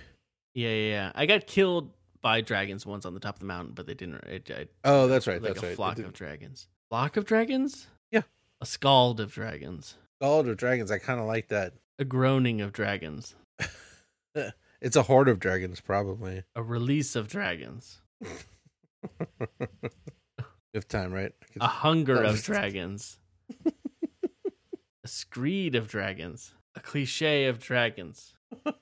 [SPEAKER 3] Yeah, yeah, yeah. I got killed by dragons once on the top of the mountain, but they didn't it, it,
[SPEAKER 2] Oh, that's right.
[SPEAKER 3] like
[SPEAKER 2] that's
[SPEAKER 3] a
[SPEAKER 2] right. It
[SPEAKER 3] flock
[SPEAKER 2] did-
[SPEAKER 3] of dragons. Flock of dragons?
[SPEAKER 2] Yeah.
[SPEAKER 3] A scald of dragons.
[SPEAKER 2] Scald of dragons. I kind of like that.
[SPEAKER 3] A groaning of dragons.
[SPEAKER 2] It's a horde of dragons, probably.
[SPEAKER 3] A release of dragons.
[SPEAKER 2] Fifth time, right? I could-
[SPEAKER 3] A hunger
[SPEAKER 2] That
[SPEAKER 3] of
[SPEAKER 2] was-
[SPEAKER 3] dragons. a screed of dragons. A cliche of dragons. a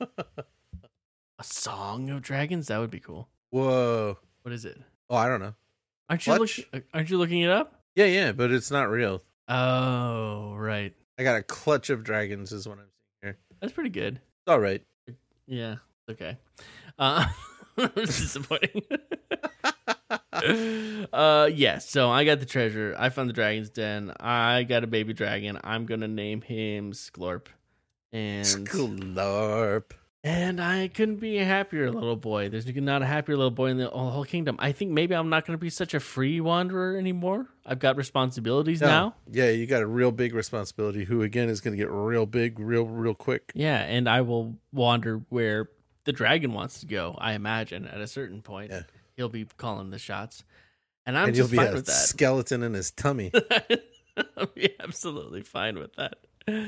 [SPEAKER 3] song of dragons? That would be cool.
[SPEAKER 2] Whoa!
[SPEAKER 3] What is it?
[SPEAKER 2] Oh, I don't know.
[SPEAKER 3] Aren't you, look,
[SPEAKER 2] Clutch?
[SPEAKER 3] aren't you looking it up?
[SPEAKER 2] Yeah, yeah, but it's not real.
[SPEAKER 3] Oh, right.
[SPEAKER 2] I got a clutch of dragons, is what I'm seeing here.
[SPEAKER 3] That's pretty good.
[SPEAKER 2] It's all right.
[SPEAKER 3] Yeah. Okay. Uh, it was disappointing. Uh, yeah. So I got the treasure. I found the dragon's den. I got a baby dragon. I'm gonna name him Sklorp. And
[SPEAKER 2] Sklarp.
[SPEAKER 3] and I couldn't be a happier little boy. There's not a happier little boy in the whole whole kingdom. I think maybe I'm not gonna be such a free wanderer anymore. I've got responsibilities
[SPEAKER 2] No.
[SPEAKER 3] now.
[SPEAKER 2] Yeah, you got a real big responsibility. Who again is going to get real big, real, real quick?
[SPEAKER 3] Yeah, and I will wander where the dragon wants to go. I imagine at a certain point
[SPEAKER 2] Yeah.
[SPEAKER 3] he'll be calling the shots, and I'm
[SPEAKER 2] and you'll
[SPEAKER 3] just
[SPEAKER 2] be
[SPEAKER 3] fine
[SPEAKER 2] a
[SPEAKER 3] with that.
[SPEAKER 2] skeleton in his tummy.
[SPEAKER 3] I'll be absolutely fine with that.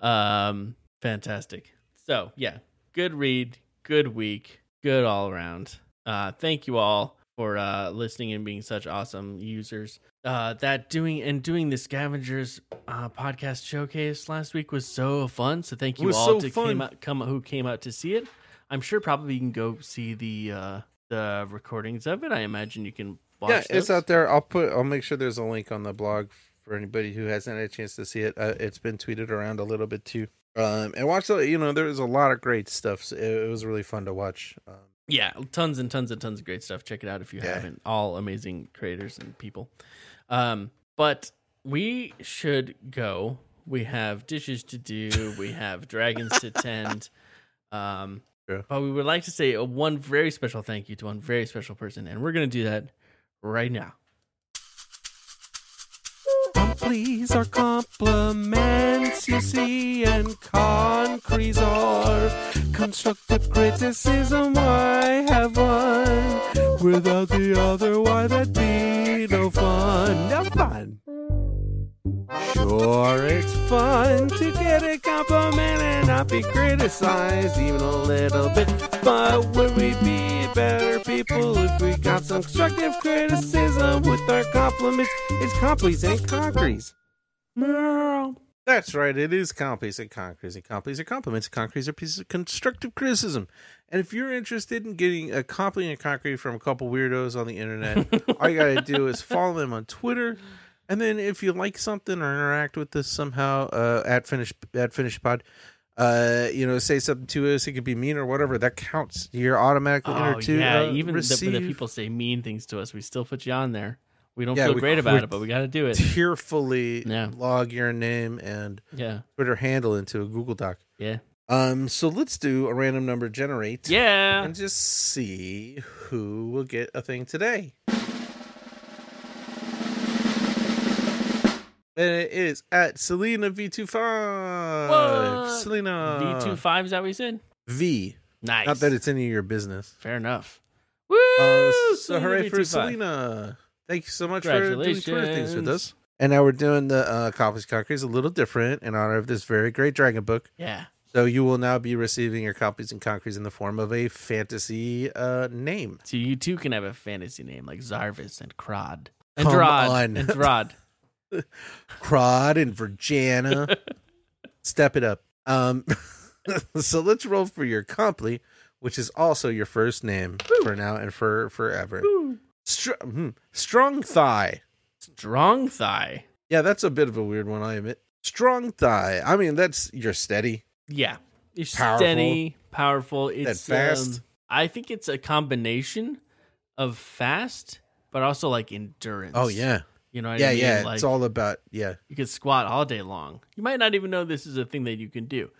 [SPEAKER 3] Um, fantastic. So yeah, good read, good week, good all around. Uh, thank you all for uh listening and being such awesome users. Uh, that doing and doing the scavengers uh, podcast showcase last week was so fun. So thank you
[SPEAKER 2] was so
[SPEAKER 3] all to
[SPEAKER 2] fun.
[SPEAKER 3] came out, come who came out to see it. I'm sure probably you can go see the uh the recordings of it. I imagine you can watch.
[SPEAKER 2] yeah, it's
[SPEAKER 3] those.
[SPEAKER 2] out there. I'll put. I'll make sure there's a link on the blog for anybody who hasn't had a chance to see it. Uh, it's been tweeted around a little bit too. Um, and watch the. You know, there was a lot of great stuff. So it, it was really fun to watch. Um,
[SPEAKER 3] Yeah, tons and tons and tons of great stuff. Check it out if you
[SPEAKER 2] Yeah.
[SPEAKER 3] haven't. All amazing creators and people. Um, but we should go. We have dishes to do. We have dragons to tend. Um,
[SPEAKER 2] True.
[SPEAKER 3] But we would like to say a one very special thank you to one very special person, and we're going to do that right now.
[SPEAKER 7] Please are compliments, you see, and concretes are constructive criticism. I have one without the other. Why that be no fun? No fun. Sure, it's fun to get a compliment and not be criticized even a little bit. But would we be better people if we got some constructive criticism with our compliments? It's complies and concretes. Meow.
[SPEAKER 2] That's right. It is complies and concretes and complies are compliments. Concretes are pieces of constructive criticism. And if you're interested in getting a compliment and concrete from a couple weirdos on the internet, all you gotta do is follow them on Twitter. And then if you like something or interact with us somehow, uh, at finish at finish pod, uh, you know, say something to us. It could be mean or whatever. That counts. You're automatically
[SPEAKER 3] Oh,
[SPEAKER 2] entered to
[SPEAKER 3] yeah.
[SPEAKER 2] uh,
[SPEAKER 3] Even the,
[SPEAKER 2] receive
[SPEAKER 3] the people say mean things to us, we still put you on there. We don't
[SPEAKER 2] Yeah,
[SPEAKER 3] feel
[SPEAKER 2] we-
[SPEAKER 3] great about
[SPEAKER 2] we're-
[SPEAKER 3] it, but we got to do it.
[SPEAKER 2] tearfully
[SPEAKER 3] Yeah.
[SPEAKER 2] log your name and
[SPEAKER 3] Yeah.
[SPEAKER 2] Twitter handle into a Google Doc.
[SPEAKER 3] Yeah.
[SPEAKER 2] Um, so let's do a random number generate.
[SPEAKER 3] Yeah.
[SPEAKER 2] And just see who will get a thing today. And it is at Selena V25.
[SPEAKER 3] What?
[SPEAKER 2] Selena
[SPEAKER 3] V two five is that what you said?
[SPEAKER 2] V.
[SPEAKER 3] Nice.
[SPEAKER 2] Not that it's any of your business.
[SPEAKER 3] Fair enough. Woo!
[SPEAKER 2] Uh, so
[SPEAKER 3] Selena
[SPEAKER 2] hooray for
[SPEAKER 3] 225.
[SPEAKER 2] Selena. Thank you so much for doing Twitter things with
[SPEAKER 3] Congratulations.
[SPEAKER 2] us. And now we're doing the uh, Coffee's Conquerors a little different in honor of this very great dragon book.
[SPEAKER 3] Yeah.
[SPEAKER 2] So you will now be receiving your copies and concretes in the form of a fantasy uh, name.
[SPEAKER 3] So you too can have a fantasy name like Zarvis and Crod. And
[SPEAKER 2] Come
[SPEAKER 3] Drod.
[SPEAKER 2] on.
[SPEAKER 3] And Drod.
[SPEAKER 2] Crod and Virginia. Step it up. Um, so let's roll for your comply, which is also your first name for now and for forever. Str- hmm. Strong thigh.
[SPEAKER 3] Strong thigh.
[SPEAKER 2] Yeah, that's a bit of a weird one, I admit. Strong thigh. I mean, that's you're steady.
[SPEAKER 3] Yeah. It's
[SPEAKER 2] Powerful.
[SPEAKER 3] steady, powerful. It's
[SPEAKER 2] fast.
[SPEAKER 3] um, I think it's a combination of fast, but also like endurance.
[SPEAKER 2] Oh yeah,
[SPEAKER 3] You know what I
[SPEAKER 2] yeah,
[SPEAKER 3] mean?
[SPEAKER 2] yeah.
[SPEAKER 3] Like,
[SPEAKER 2] it's all about yeah.
[SPEAKER 3] You could squat all day long. You might not even know this is a thing that you can do,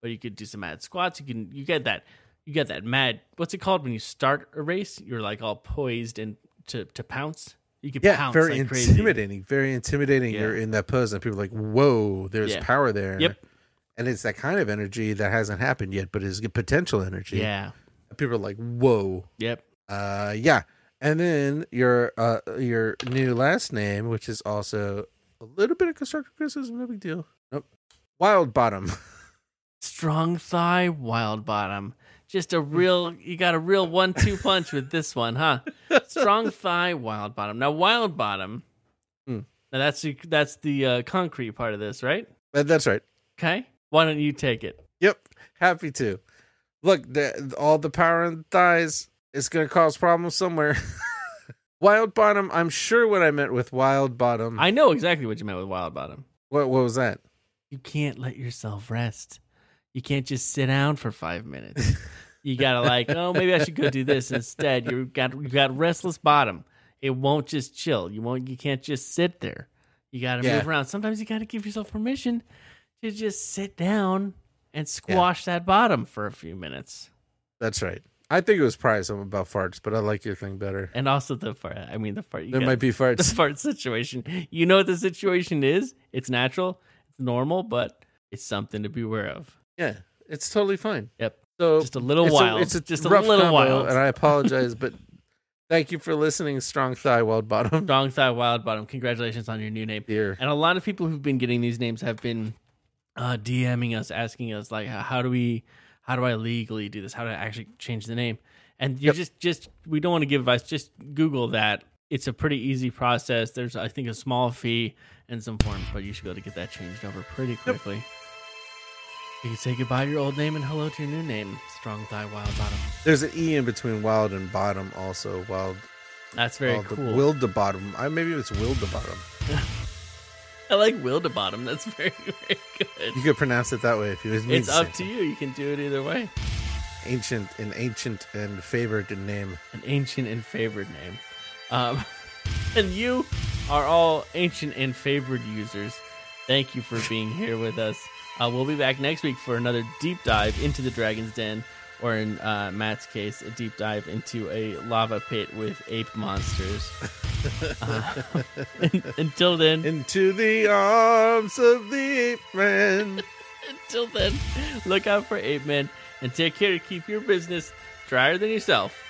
[SPEAKER 3] but you could do some mad squats. You can you get that you get that mad. What's it called when you start a race? You're like all poised and to to pounce. You could
[SPEAKER 2] Yeah,
[SPEAKER 3] pounce
[SPEAKER 2] very
[SPEAKER 3] like crazy.
[SPEAKER 2] intimidating. Very intimidating.
[SPEAKER 3] Yeah.
[SPEAKER 2] You're in that pose, and people are like, "Whoa, there's
[SPEAKER 3] Yeah.
[SPEAKER 2] power there."
[SPEAKER 3] Yep.
[SPEAKER 2] And it's that kind of energy that hasn't happened yet, but is potential energy.
[SPEAKER 3] Yeah.
[SPEAKER 2] People are like, "Whoa,
[SPEAKER 3] Yep.
[SPEAKER 2] uh, yeah." And then your uh your new last name, which is also a little bit of constructive criticism, no big deal. Nope. Wild Bottom.
[SPEAKER 3] Strong thigh, wild bottom. Just a real you got a real one two punch with this one, huh? Strong thigh, wild bottom. Now wild bottom.
[SPEAKER 2] Hmm.
[SPEAKER 3] Now that's the that's the uh, concrete part of this, right?
[SPEAKER 2] That- That's right.
[SPEAKER 3] Okay. Why don't you take it?
[SPEAKER 2] Yep, happy to. Look, the, all the power in the thighs is going to cause problems somewhere. wild bottom. I'm sure what I meant with wild bottom.
[SPEAKER 3] I know exactly what you meant with wild bottom.
[SPEAKER 2] what what was that?
[SPEAKER 3] You can't let yourself rest. You can't just sit down for five minutes. You gotta like, oh, maybe I should go do this instead. You got you got restless bottom. It won't just chill. You won't. You can't just sit there. You got to
[SPEAKER 2] Yeah.
[SPEAKER 3] move around. Sometimes you got to give yourself permission to just sit down and squash that bottom for a few minutes.
[SPEAKER 2] That's right. I think it was probably something about farts, but I like your thing better.
[SPEAKER 3] And also the fart. I mean the fart. You
[SPEAKER 2] There
[SPEAKER 3] got-
[SPEAKER 2] might be
[SPEAKER 3] the
[SPEAKER 2] farts.
[SPEAKER 3] fart situation. You know what the situation is. It's natural. It's normal, but it's something to be aware of.
[SPEAKER 2] yeah, it's totally fine.
[SPEAKER 3] Yep.
[SPEAKER 2] So
[SPEAKER 3] Just a little
[SPEAKER 2] it's
[SPEAKER 3] wild.
[SPEAKER 2] it's a
[SPEAKER 3] just a
[SPEAKER 2] rough
[SPEAKER 3] little
[SPEAKER 2] combo,
[SPEAKER 3] wild.
[SPEAKER 2] and I apologize, but thank you for listening. Strong thigh, wild bottom.
[SPEAKER 3] Strong Thigh Wild Bottom. Congratulations on your new name.
[SPEAKER 2] Dear.
[SPEAKER 3] And a lot of people who've been getting these names have been uh, DMing us, asking us like, how how do we, how do I legally do this? How do I actually change the name? And you just, just we don't want to give advice. Just Google that. It's a pretty easy process. There's, I think, a small fee and some forms, but you should be able to get that changed over pretty quickly. You can say goodbye to your old name and hello to your new name, Strong Thigh Wild Bottom.
[SPEAKER 2] There's an e in between wild and bottom. Also, wild.
[SPEAKER 3] That's very
[SPEAKER 2] wild
[SPEAKER 3] cool.
[SPEAKER 2] Willed Oh, the bottom. I maybe it's willed the bottom.
[SPEAKER 3] I like Will to Bottom. That's very, very good.
[SPEAKER 2] You could pronounce it that way if you. it means
[SPEAKER 3] It's up to
[SPEAKER 2] something.
[SPEAKER 3] you. You can do it either way.
[SPEAKER 2] Ancient, an ancient and favored name.
[SPEAKER 3] An ancient and favored name. Um, and you are all ancient and favored users. Thank you for being here with us. Uh, we'll be back next week for another deep dive into the Dragon's Den, or in uh, Matt's case, a deep dive into a lava pit with ape monsters. Uh, until then,
[SPEAKER 2] Into the arms of the friend.
[SPEAKER 3] until then, look out for ape men and take care to keep your business drier than yourself.